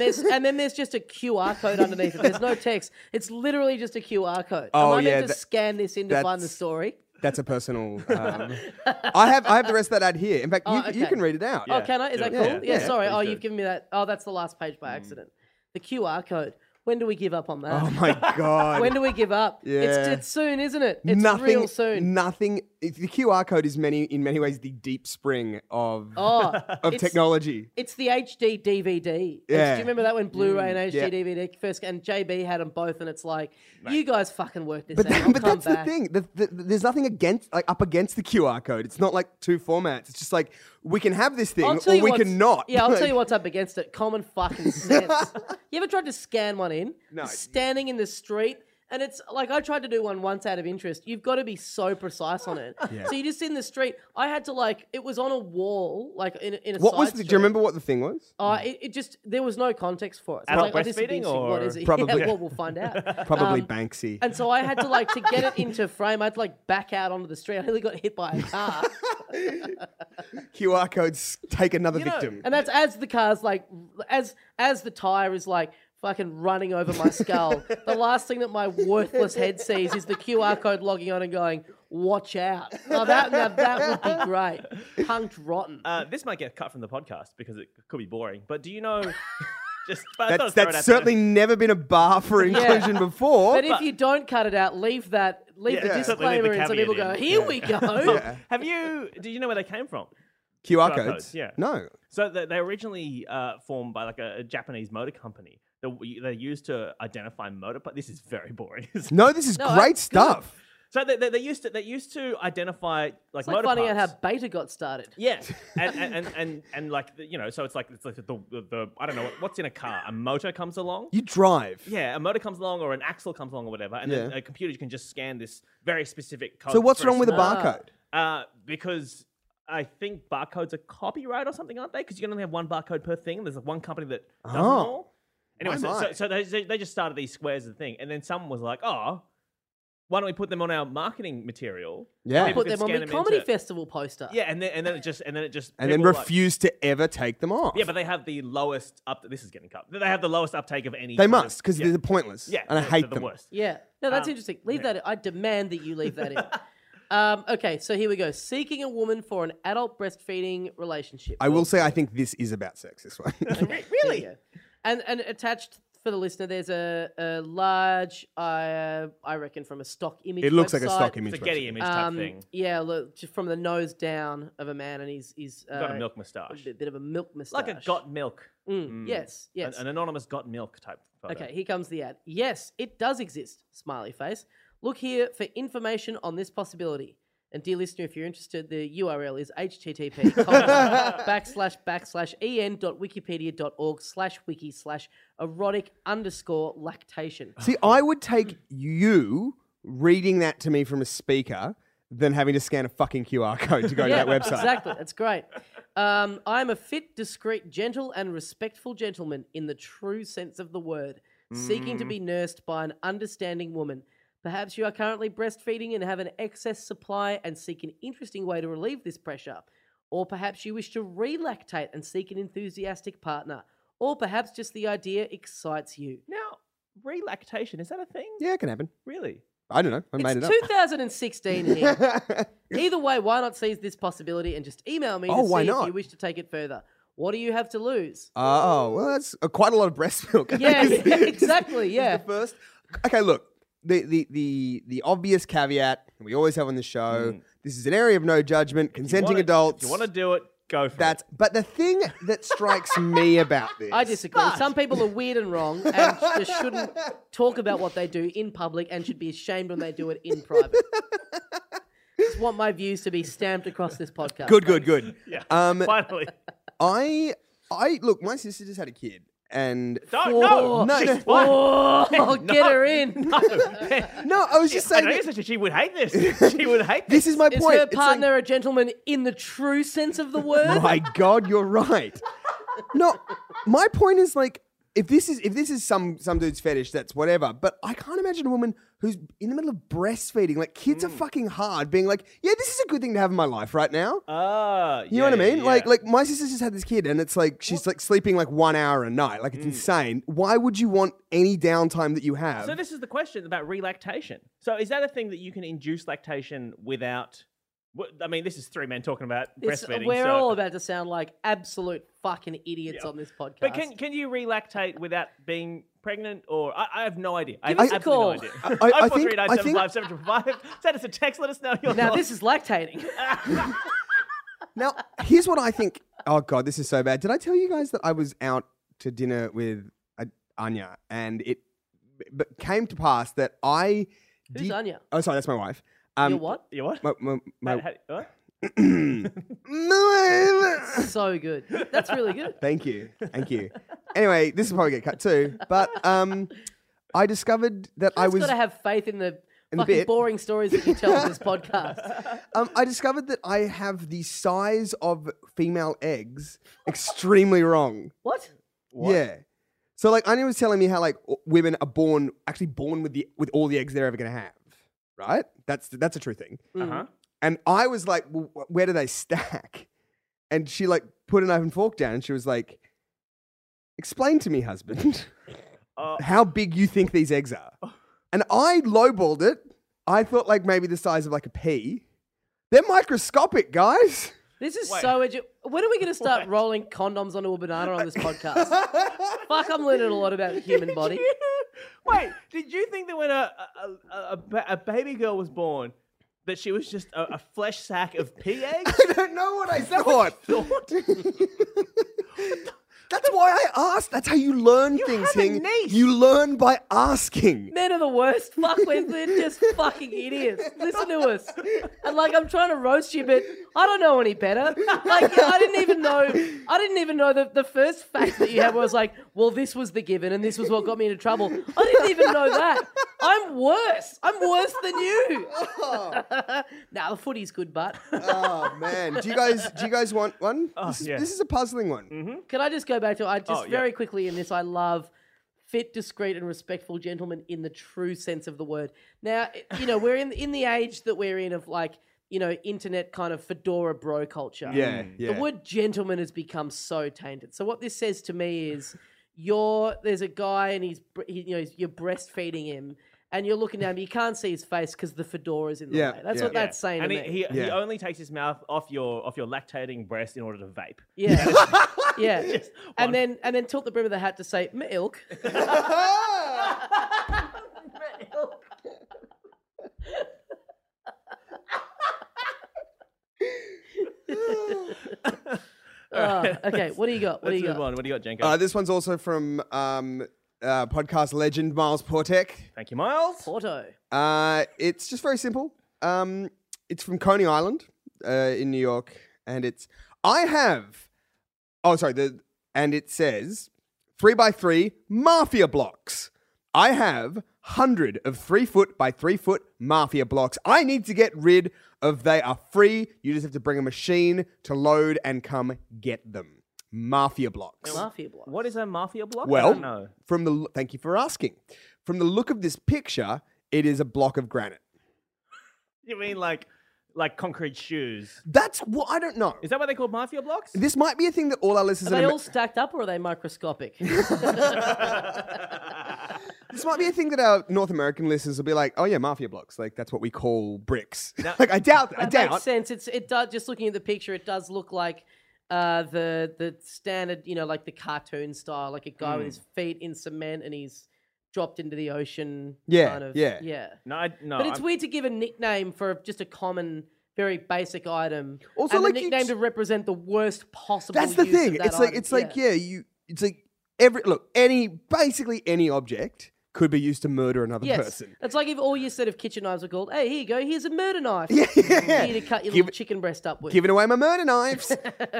Speaker 3: there's and then there's just a QR code underneath it. There's no text. It's literally just a QR code.
Speaker 2: Oh,
Speaker 3: Am I
Speaker 2: yeah,
Speaker 3: meant to
Speaker 2: that-
Speaker 3: scan this in to find the
Speaker 2: that's-
Speaker 3: story?
Speaker 2: That's a personal. Um, I have I have the rest of that ad here. In fact, you,
Speaker 3: Oh,
Speaker 2: you
Speaker 3: okay.
Speaker 2: can read it out.
Speaker 1: Yeah.
Speaker 3: oh, can I? Is
Speaker 1: do
Speaker 3: that
Speaker 1: it.
Speaker 3: cool?
Speaker 2: Yeah, Mm.
Speaker 3: Yeah.
Speaker 2: yeah,
Speaker 3: sorry.
Speaker 1: please
Speaker 3: Oh,
Speaker 1: do.
Speaker 3: you've given me that. Oh, that's the last page by accident. The QR code. When do we give up on that?
Speaker 2: Oh my god.
Speaker 3: when do we give up? It's,
Speaker 2: Yeah.
Speaker 3: it's soon, isn't it? It's real soon.
Speaker 2: Nothing. it- The QR code is many in many ways the deep spring of
Speaker 3: Oh,
Speaker 2: of
Speaker 3: it's-
Speaker 2: technology.
Speaker 3: It's the HD DVD.
Speaker 2: Yeah. Mm,
Speaker 3: Do you remember that when Blu-ray and HD
Speaker 2: yeah.
Speaker 3: DVD first and JB had them both, and it's like you guys fucking work this
Speaker 2: But,
Speaker 3: out.
Speaker 2: that-
Speaker 3: I'll
Speaker 2: but
Speaker 3: come
Speaker 2: that's
Speaker 3: back.
Speaker 2: the thing. The, the, there's nothing against like up against the QR code. It's not like two formats. It's just like we can have this thing
Speaker 3: I'll tell
Speaker 2: or
Speaker 3: you
Speaker 2: we
Speaker 3: what's-
Speaker 2: can not.
Speaker 3: Yeah, I'll
Speaker 2: Like,
Speaker 3: tell you what's up against it. Common fucking sense. you ever tried to scan one in?
Speaker 2: No.
Speaker 3: Standing in the street. And it's like I tried to do one once out of interest. You've got to be so precise on it. So you just in the street. I had to like it was on a wall, like in, a- in a.
Speaker 2: What was
Speaker 3: side
Speaker 2: the, do
Speaker 3: street.
Speaker 2: you remember what the thing was?
Speaker 1: Um,
Speaker 3: Uh, it, it just there was no context for it. So I
Speaker 1: Adult
Speaker 3: was like, oh, this would be
Speaker 1: breastfeeding
Speaker 3: interesting. what
Speaker 1: or-
Speaker 3: is it?
Speaker 2: Probably.
Speaker 3: Yeah, well, we'll find out.
Speaker 2: Probably
Speaker 3: Um,
Speaker 2: Banksy.
Speaker 3: And so I had to like to get it into frame. I had to like back out onto the street. I nearly got hit by a car,
Speaker 2: QR codes take another
Speaker 1: You know,
Speaker 2: victim.
Speaker 3: and that's as the car's like as as the tire is like fucking running over my skull. the last thing that my worthless head sees is the QR code logging on and going, "Watch out!" Now that now that would be great. Punked rotten.
Speaker 1: Uh, this might get cut from the podcast because it could be boring. But do you know? just but I thought I'd
Speaker 2: that's
Speaker 1: throw it
Speaker 2: that's
Speaker 1: out there.
Speaker 2: certainly never been a bar for inclusion before.
Speaker 3: but if you don't cut it out, leave that leave the
Speaker 1: Yeah. Something leave the
Speaker 3: disclaimer in so
Speaker 1: caveat
Speaker 3: people go,
Speaker 1: in.
Speaker 3: "Here we go."
Speaker 1: Have you? Do you know where they came from?
Speaker 2: QR
Speaker 1: QR
Speaker 2: codes.
Speaker 1: codes, yeah.
Speaker 2: No.
Speaker 1: So they they were originally uh, formed by like a, a Japanese motor company that we- they used to identify motor. But this is very boring.
Speaker 2: No, this is
Speaker 3: No, I-
Speaker 2: great
Speaker 3: good.
Speaker 2: stuff.
Speaker 1: so they, they, they used to they used to identify like
Speaker 3: It's like
Speaker 1: motor
Speaker 3: finding out
Speaker 1: parts.
Speaker 3: how beta got started.
Speaker 1: Yeah, and and, and and and like the- you know, so it's like it's like the, the, the I don't know what's in a car. A motor comes along.
Speaker 2: You drive.
Speaker 1: Yeah, a motor comes along or an axle comes along or whatever, and then
Speaker 2: Yeah.
Speaker 1: a computer can just scan this very specific code.
Speaker 2: So
Speaker 1: that's
Speaker 2: what's
Speaker 1: very
Speaker 2: wrong with a
Speaker 1: small.
Speaker 3: smart.
Speaker 2: barcode?
Speaker 1: Uh, because I think barcodes are copyright or something, aren't they? Because you can only have one barcode per thing. and There's like one company that does them
Speaker 2: Oh.
Speaker 1: all. Anyway,
Speaker 2: My,
Speaker 1: so,
Speaker 2: my.
Speaker 1: so, so they, they they just started these squares as a thing, and then someone was like, "Oh, why don't we put them on our marketing material?"
Speaker 2: Yeah.
Speaker 1: People
Speaker 3: Put
Speaker 1: can
Speaker 3: them on
Speaker 1: scan
Speaker 3: the comedy
Speaker 1: into-
Speaker 3: festival poster.
Speaker 1: Yeah, and then and then it just and then it just
Speaker 2: And then
Speaker 1: people like-
Speaker 2: refuse to ever take them off.
Speaker 1: Yeah, but they have the lowest up. This is getting cut. They have the lowest uptake of any.
Speaker 2: they
Speaker 1: kind of-
Speaker 2: must because
Speaker 1: yeah,
Speaker 2: they're pointless.
Speaker 1: yeah,
Speaker 2: and I
Speaker 1: they're-
Speaker 2: hate
Speaker 1: they're the
Speaker 2: them.
Speaker 1: worst.
Speaker 3: Yeah. No, that's
Speaker 1: Um,
Speaker 3: interesting. Leave that in. I demand that you leave that in. Um, okay, so here we go. Seeking a woman for an adult breastfeeding relationship.
Speaker 2: I will say I think this is about sex. This one.
Speaker 3: There you go. And and attached for the listener, there's a, a large, uh, I reckon, from a stock image.
Speaker 2: it looks like a
Speaker 3: website.
Speaker 2: stock
Speaker 1: It's
Speaker 2: image.
Speaker 1: a Getty
Speaker 2: website.
Speaker 1: image type
Speaker 3: Um,
Speaker 1: thing.
Speaker 3: Yeah, look, just from the nose down of a man, and he's he's uh,
Speaker 1: Got a milk moustache,
Speaker 3: a bit of a milk moustache.
Speaker 1: like a got milk.
Speaker 3: Mm,
Speaker 1: Mm.
Speaker 3: Yes,
Speaker 1: An-
Speaker 3: yes.
Speaker 1: An, anonymous got milk type. Photo.
Speaker 3: Okay, here comes the ad. Yes, it does exist. Smiley face. Look here for information on this possibility. And dear listener, if you're interested, the URL is http backslash backslash E en.wikipedia.org slash wiki slash erotic underscore lactation.
Speaker 2: See, I would take you reading that to me from a speaker than having to scan a fucking QR code to go to that website.
Speaker 3: Exactly. That's great. Um, I'm a fit, discreet, gentle, and respectful gentleman in the true sense of the word, seeking
Speaker 2: Mm.
Speaker 3: to be nursed by an understanding woman. Perhaps you are currently breastfeeding and have an excess supply and seek an interesting way to relieve this pressure. Or perhaps you wish to relactate and seek an enthusiastic partner. Or perhaps just the idea excites you.
Speaker 1: Now, relactation is that a thing?
Speaker 2: Yeah, it can happen.
Speaker 1: Really?
Speaker 2: I don't know. I made it
Speaker 3: it's
Speaker 2: up.
Speaker 3: 2016 here. Either way, why not seize this possibility and just email me
Speaker 2: Oh,
Speaker 3: to
Speaker 2: why
Speaker 3: see
Speaker 2: not?
Speaker 3: if you wish to take it further? What do you have to lose?
Speaker 2: Oh, well, that's uh, quite a lot of breast milk. I
Speaker 3: Yeah,
Speaker 2: think, is-
Speaker 3: yeah,
Speaker 2: is-
Speaker 3: exactly,
Speaker 2: is
Speaker 3: yeah.
Speaker 2: the first. Okay, look, the, the the the obvious caveat we always have on the show. This is an area of no judgment. Consenting
Speaker 1: Hmm. wanna-
Speaker 2: adults.
Speaker 1: If you want to do it? Go for
Speaker 2: That's.
Speaker 1: it.
Speaker 2: But the thing that strikes me about this,
Speaker 3: I disagree. Some people are weird and wrong and just shouldn't talk about what they do in public and should be ashamed when they do it in private. just want my views to be stamped across this podcast.
Speaker 2: Good, good, good.
Speaker 1: Yeah.
Speaker 2: Um,
Speaker 1: Finally.
Speaker 2: I I look. My sister just had a kid, and
Speaker 1: Don't, no,
Speaker 3: Four.
Speaker 2: No,
Speaker 1: She's
Speaker 2: no.
Speaker 1: fine.
Speaker 3: Oh,
Speaker 1: No.
Speaker 3: get her in.
Speaker 1: No.
Speaker 2: no, I was just
Speaker 1: I
Speaker 2: saying.
Speaker 1: know
Speaker 2: That,
Speaker 1: such a she would hate this. She would hate this.
Speaker 2: this is my
Speaker 3: Is
Speaker 2: point.
Speaker 3: her
Speaker 2: It's like- Oh
Speaker 3: partner a gentleman in the true sense of the word?
Speaker 2: my god, you're right. No, my point is like if this is if this is some some dude's fetish, that's whatever. But I can't imagine a woman who's in the middle of breastfeeding, like kids are
Speaker 1: Mm.
Speaker 2: fucking hard, being like, yeah, this is a good thing to have in my life right now.
Speaker 1: Ah,
Speaker 2: You know what I mean? Like, like my sister's just had this kid, and it's like she's like sleeping like one hour a night. Like it's
Speaker 1: Mm.
Speaker 2: insane. Why would you want any downtime that you have?
Speaker 1: So this is the question about relactation. So is that a thing that you can induce lactation without? wh- I mean, this is three men talking about
Speaker 3: It's-
Speaker 1: breastfeeding.
Speaker 3: we're
Speaker 1: so-
Speaker 3: all about to sound like absolute fucking idiots
Speaker 1: Yeah.
Speaker 3: on this podcast.
Speaker 1: But can can you relactate without being pregnant? Or I, I have no idea. I have
Speaker 3: us a
Speaker 1: absolutely
Speaker 3: call.
Speaker 1: no idea.
Speaker 2: I- I- I
Speaker 1: 0439
Speaker 2: think- I think-
Speaker 1: 755 755. Send us a text. Let us know your
Speaker 3: now
Speaker 1: thoughts.
Speaker 3: this is lactating.
Speaker 2: Now, here's what I think. Oh god, this is so bad. Did I tell you guys that I was out to dinner with uh, Anya, and it but came to pass that I.
Speaker 3: Who's
Speaker 2: did-
Speaker 3: Anya?
Speaker 2: Oh, sorry, that's my wife. Um,
Speaker 3: You're what?
Speaker 1: you what?
Speaker 2: My, my,
Speaker 1: How-
Speaker 2: my,
Speaker 1: how- what?
Speaker 3: So good. That's really good.
Speaker 2: Thank you. Thank you. Anyway, this will probably get cut too. But um, I discovered that I
Speaker 3: I've
Speaker 2: was
Speaker 3: got to have faith in the
Speaker 2: In the
Speaker 3: fucking
Speaker 2: bit.
Speaker 3: boring stories that you tell on this podcast.
Speaker 2: um, I discovered that I have the size of female eggs extremely wrong.
Speaker 3: What?
Speaker 2: Yeah. So like Anya was telling me how like o- women are born actually born with the with all the eggs they're ever gonna have, right? That's that's a true thing.
Speaker 3: Mm.
Speaker 1: Uh-huh.
Speaker 2: And I was like, well, wh- where do they stack? And she like put an knife and fork down, and she was like, explain to me, husband,
Speaker 1: Uh,
Speaker 2: how big you think these eggs are. And I lowballed it. I thought like maybe the size of like a pea. They're microscopic, guys.
Speaker 3: This is
Speaker 1: Wait.
Speaker 3: so. Edu- when are we going to start rolling condoms onto a banana on this podcast? Fuck, I'm learning a lot about the human body.
Speaker 1: Wait, did you think that when a a, a, a, ba- a baby girl was born, that she was just a, a flesh sack of pea eggs?
Speaker 2: I don't know what I thought.
Speaker 1: Thought?
Speaker 2: That's why I asked. That's how you learn things.
Speaker 1: have a
Speaker 2: Hing.
Speaker 1: niece.
Speaker 2: You learn by asking.
Speaker 3: Men are the worst. Fuck, we're, we're just fucking idiots. Listen to us. And like, I'm trying to roast you, but I don't know any better. Like, I didn't even know. I didn't even know the, the first fact that you had was like, well, this was the given, and this was what got me into trouble. I didn't even know that. I'm worse. I'm worse than you. now nah, the footy's good, but
Speaker 2: Oh man, do you guys do you guys want one? this, is,
Speaker 1: Oh, yeah. Mm-hmm.
Speaker 2: this is a puzzling one.
Speaker 3: can I just go back to? I just
Speaker 1: Oh, yeah.
Speaker 3: very quickly in this, I love. Fit, discreet, and respectful gentlemen in the true sense of the word. Now, you know, we're in in the age that we're in of like, you know, internet kind of fedora bro culture.
Speaker 2: Yeah,
Speaker 1: Mm-hmm.
Speaker 2: yeah.
Speaker 3: The word gentleman has become so tainted. So what this says to me is, you're there's a guy and he's bre- he, you know he's, you're breastfeeding him and you're looking down, but you can't see his face because the fedora's in the
Speaker 2: Yeah,
Speaker 3: way. That's
Speaker 2: yeah.
Speaker 3: what that's saying
Speaker 1: And
Speaker 3: to
Speaker 1: he,
Speaker 3: me.
Speaker 1: he, he
Speaker 2: Yeah.
Speaker 1: only takes his mouth off your off your lactating breast in order to vape.
Speaker 3: yeah, yeah. and then and then tilt the brim of the hat to say milk. Oh, okay, what do you got? What
Speaker 1: Let's
Speaker 3: do you
Speaker 1: move
Speaker 3: got?
Speaker 1: on. What do you got, Jenko?
Speaker 2: uh, this one's also from um, uh, podcast legend Miles Portek.
Speaker 1: Thank you, Miles.
Speaker 3: Porto.
Speaker 2: Uh, it's just very simple. Um, it's from Coney Island uh, in New York, and it's I have. Oh, sorry. The and it says three by three mafia blocks. I have hundred of three foot by three foot mafia blocks. I need to get rid of. They are free. You just have to bring a machine to load and come get them. Mafia blocks.
Speaker 3: Mafia block.
Speaker 1: What is a mafia block? I don't
Speaker 2: Well,
Speaker 1: know.
Speaker 2: from the l- thank you for asking. From the look of this picture, it is a block of granite.
Speaker 1: You mean like like concrete shoes?
Speaker 2: That's what I don't know.
Speaker 1: Is that what they call mafia blocks?
Speaker 2: This might be a thing that all our listeners.
Speaker 3: Are
Speaker 2: in
Speaker 3: they
Speaker 2: Amer-
Speaker 3: all stacked up or are they microscopic?
Speaker 2: this might be a thing that our North American listeners will be like, "Oh yeah, mafia blocks. Like that's what we call bricks." like I doubt. That. I
Speaker 3: That makes
Speaker 2: doubt.
Speaker 3: sense. It's it does just looking at the picture, it does look like uh, the the standard, you know, like the cartoon style, like a guy
Speaker 2: Hmm.
Speaker 3: with his feet in cement and he's dropped into the ocean.
Speaker 2: Yeah,
Speaker 3: kind of,
Speaker 2: yeah.
Speaker 3: yeah.
Speaker 1: no, I, no.
Speaker 3: But it's
Speaker 1: I'm-
Speaker 3: weird to give a nickname for just a common, very basic item.
Speaker 2: Also,
Speaker 3: and
Speaker 2: like,
Speaker 3: a
Speaker 2: you
Speaker 3: nickname
Speaker 2: j-
Speaker 3: to represent the worst possible.
Speaker 2: That's the
Speaker 3: use of
Speaker 2: thing.
Speaker 3: that
Speaker 2: It's like
Speaker 3: item.
Speaker 2: it's like yeah. you. It's like every look any basically any object could be used to murder another
Speaker 3: Yes,
Speaker 2: person.
Speaker 3: it's like if all your set of kitchen knives were called. Hey, here you go. Here's a murder knife.
Speaker 2: yeah.
Speaker 3: Here to cut your
Speaker 2: Give-
Speaker 3: little chicken breast up with.
Speaker 2: Giving away my murder knives.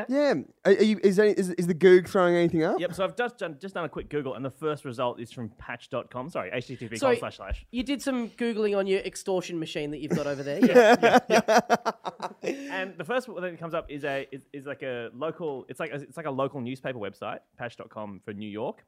Speaker 2: yeah. Are, are you, is, there, is, is the Goog throwing anything up?
Speaker 1: Yep, so I've just done, just done a quick Google, and the first result is from patch.com. Sorry, http
Speaker 3: Sorry.
Speaker 1: slash slash.
Speaker 3: you did some googling on your extortion machine that you've got over there. Yeah.
Speaker 1: And the first one that comes up is a is, is like a local. It's like a, it's like a local newspaper website, patch.com for New York,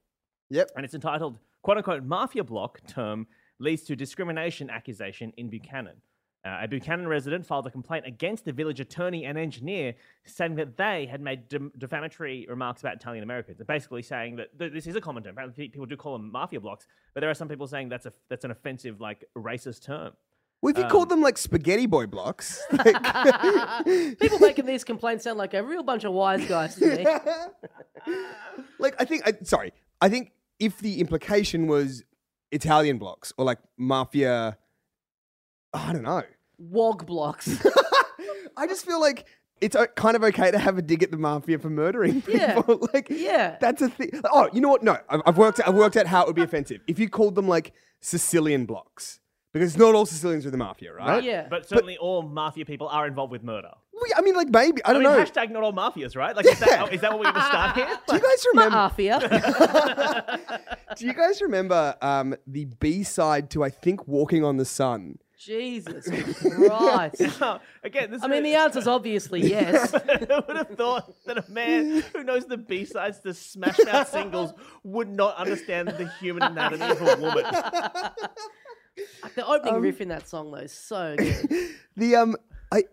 Speaker 2: Yep.
Speaker 1: and it's entitled "quote unquote mafia block term leads to discrimination accusation in Buchanan." Uh, a Buchanan resident filed a complaint against the village attorney and engineer, saying that they had made dem- defamatory remarks about Italian Americans. Basically, saying that th- this is a common term. Apparently, pe- people do call them mafia blocks, but there are some people saying that's a that's an offensive, like racist term.
Speaker 2: Well, if you called them like spaghetti boy blocks, like,
Speaker 3: People making these complaints sound like a real bunch of wise guys to me.
Speaker 2: like I think, I, sorry, I think if the implication was Italian blocks or like mafia, I don't know.
Speaker 3: Wog blocks.
Speaker 2: I just feel like it's o- kind of okay to have a dig at the mafia for murdering people.
Speaker 3: Yeah.
Speaker 2: like,
Speaker 3: Yeah.
Speaker 2: that's a thing. Oh, you know what? No, I've, I've worked. I've worked out how it would be offensive if you called them like Sicilian blocks, because not all Sicilians are the mafia, right?
Speaker 3: Yeah.
Speaker 1: But certainly, all mafia people are involved with murder.
Speaker 2: Well, yeah, I mean, like maybe I
Speaker 1: I
Speaker 2: don't
Speaker 1: mean,
Speaker 2: know.
Speaker 1: hashtag not all mafias, right? Like, is, that, is that what we're going to start here?
Speaker 2: do you guys remember?
Speaker 3: Mafia.
Speaker 2: Do you guys remember um, the B side to I think Walking on the Sun?
Speaker 3: Jesus Christ.
Speaker 1: Oh, Again, this
Speaker 3: I mean, the answer's obviously yes.
Speaker 1: I would have thought that a man who knows the B sides to Smash Mouth singles would not understand the human anatomy of a woman.
Speaker 3: The opening riff in that song, though, is so good.
Speaker 2: The um, I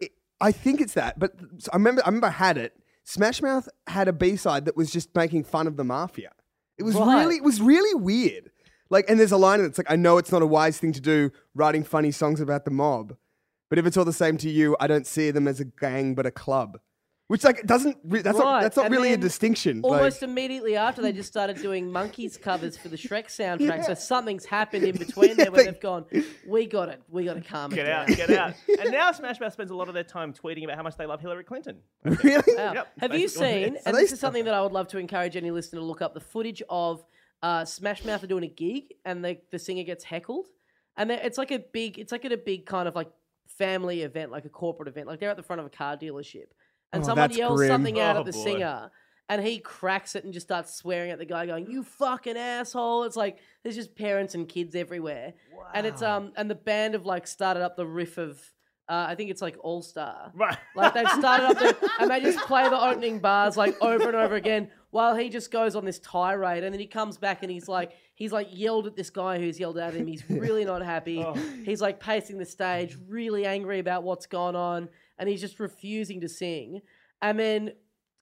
Speaker 2: I think it's that, but so I remember I remember I had it. Smash Mouth had a B side that was just making fun of the mafia. It was
Speaker 3: Right.
Speaker 2: really it was really weird. Like, and there's a line that's like, I know it's not a wise thing to do writing funny songs about the mob, but if it's all the same to you, I don't see them as a gang but a club. Which like it doesn't re- that's not
Speaker 3: Right,
Speaker 2: that's not
Speaker 3: and
Speaker 2: really a
Speaker 3: then
Speaker 2: distinction. like-
Speaker 3: Almost immediately after, they just started doing monkeys covers for the Shrek soundtrack. So something's happened in between there where
Speaker 2: they-
Speaker 3: they've gone, we got it. We got to calm it
Speaker 1: Get
Speaker 3: down.
Speaker 1: out, get out. And now Smash Mouth spends a lot of their time tweeting about how much they love Hillary Clinton.
Speaker 2: really?
Speaker 3: Wow.
Speaker 1: Yep,
Speaker 3: Have you
Speaker 1: basically what it is.
Speaker 3: seen?
Speaker 2: Are
Speaker 3: And
Speaker 2: they
Speaker 3: this is
Speaker 2: still-
Speaker 3: something that I would love to encourage any listener to look up the footage of uh, Smash Mouth are doing a gig, and the the singer gets heckled, and they- it's like a big, it's like at a big kind of like family event, like a corporate event, like they're at the front of a car dealership, and
Speaker 2: Oh,
Speaker 3: someone
Speaker 2: that's
Speaker 3: yells
Speaker 2: grim.
Speaker 3: something out
Speaker 1: Oh,
Speaker 3: at the
Speaker 1: boy.
Speaker 3: singer. And he cracks it and just starts swearing at the guy, going, "You fucking asshole!" It's like there's just parents and kids everywhere, and it's um and the band have like started up the riff of, uh, I think it's like All Star,
Speaker 1: Right.
Speaker 3: like they've started up the, and they just play the opening bars like over and over again while he just goes on this tirade and then he comes back and he's like he's like yelled at this guy who's yelled at him. He's really not happy.
Speaker 1: Oh.
Speaker 3: He's like pacing the stage, really angry about what's gone on, and he's just refusing to sing. And then,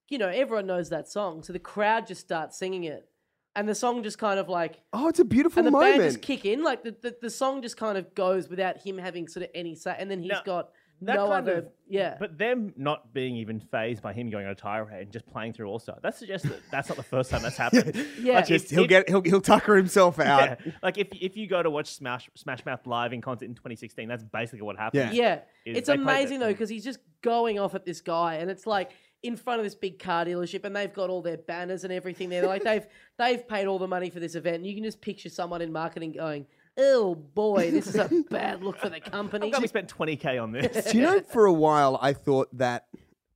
Speaker 3: you know, everyone knows that song. So the crowd just starts singing it. And the song just kind of like
Speaker 2: Oh, it's a beautiful
Speaker 3: and the
Speaker 2: moment.
Speaker 3: band just kick in, like the, the, the song just kind of goes without him having sort of any say, and then he's
Speaker 1: Now,
Speaker 3: got
Speaker 1: that
Speaker 3: no
Speaker 1: kind
Speaker 3: other,
Speaker 1: of-
Speaker 3: yeah.
Speaker 1: But them not being even phased by him going on a tirade and just playing through all star, that suggests that that's not the first time that's happened.
Speaker 3: Yeah.
Speaker 1: Like,
Speaker 2: Just
Speaker 1: if-
Speaker 2: he'll
Speaker 1: if-
Speaker 2: get he'll he'll tucker himself out.
Speaker 1: Yeah. Like if if you go to watch Smash Smash Mouth live in concert in 2016, that's basically what happened.
Speaker 3: Yeah.
Speaker 1: is
Speaker 3: It's
Speaker 1: they played that
Speaker 3: amazing though,
Speaker 1: thing.
Speaker 3: because he's just going off at this guy and it's like in front of this big car dealership and they've got all their banners and everything there. Like they've they've paid all the money for this event. And you can just picture someone in marketing going, Oh boy, this is a bad look for the company.
Speaker 1: I'm glad we spent 20k on this.
Speaker 2: Do you know for a while I thought that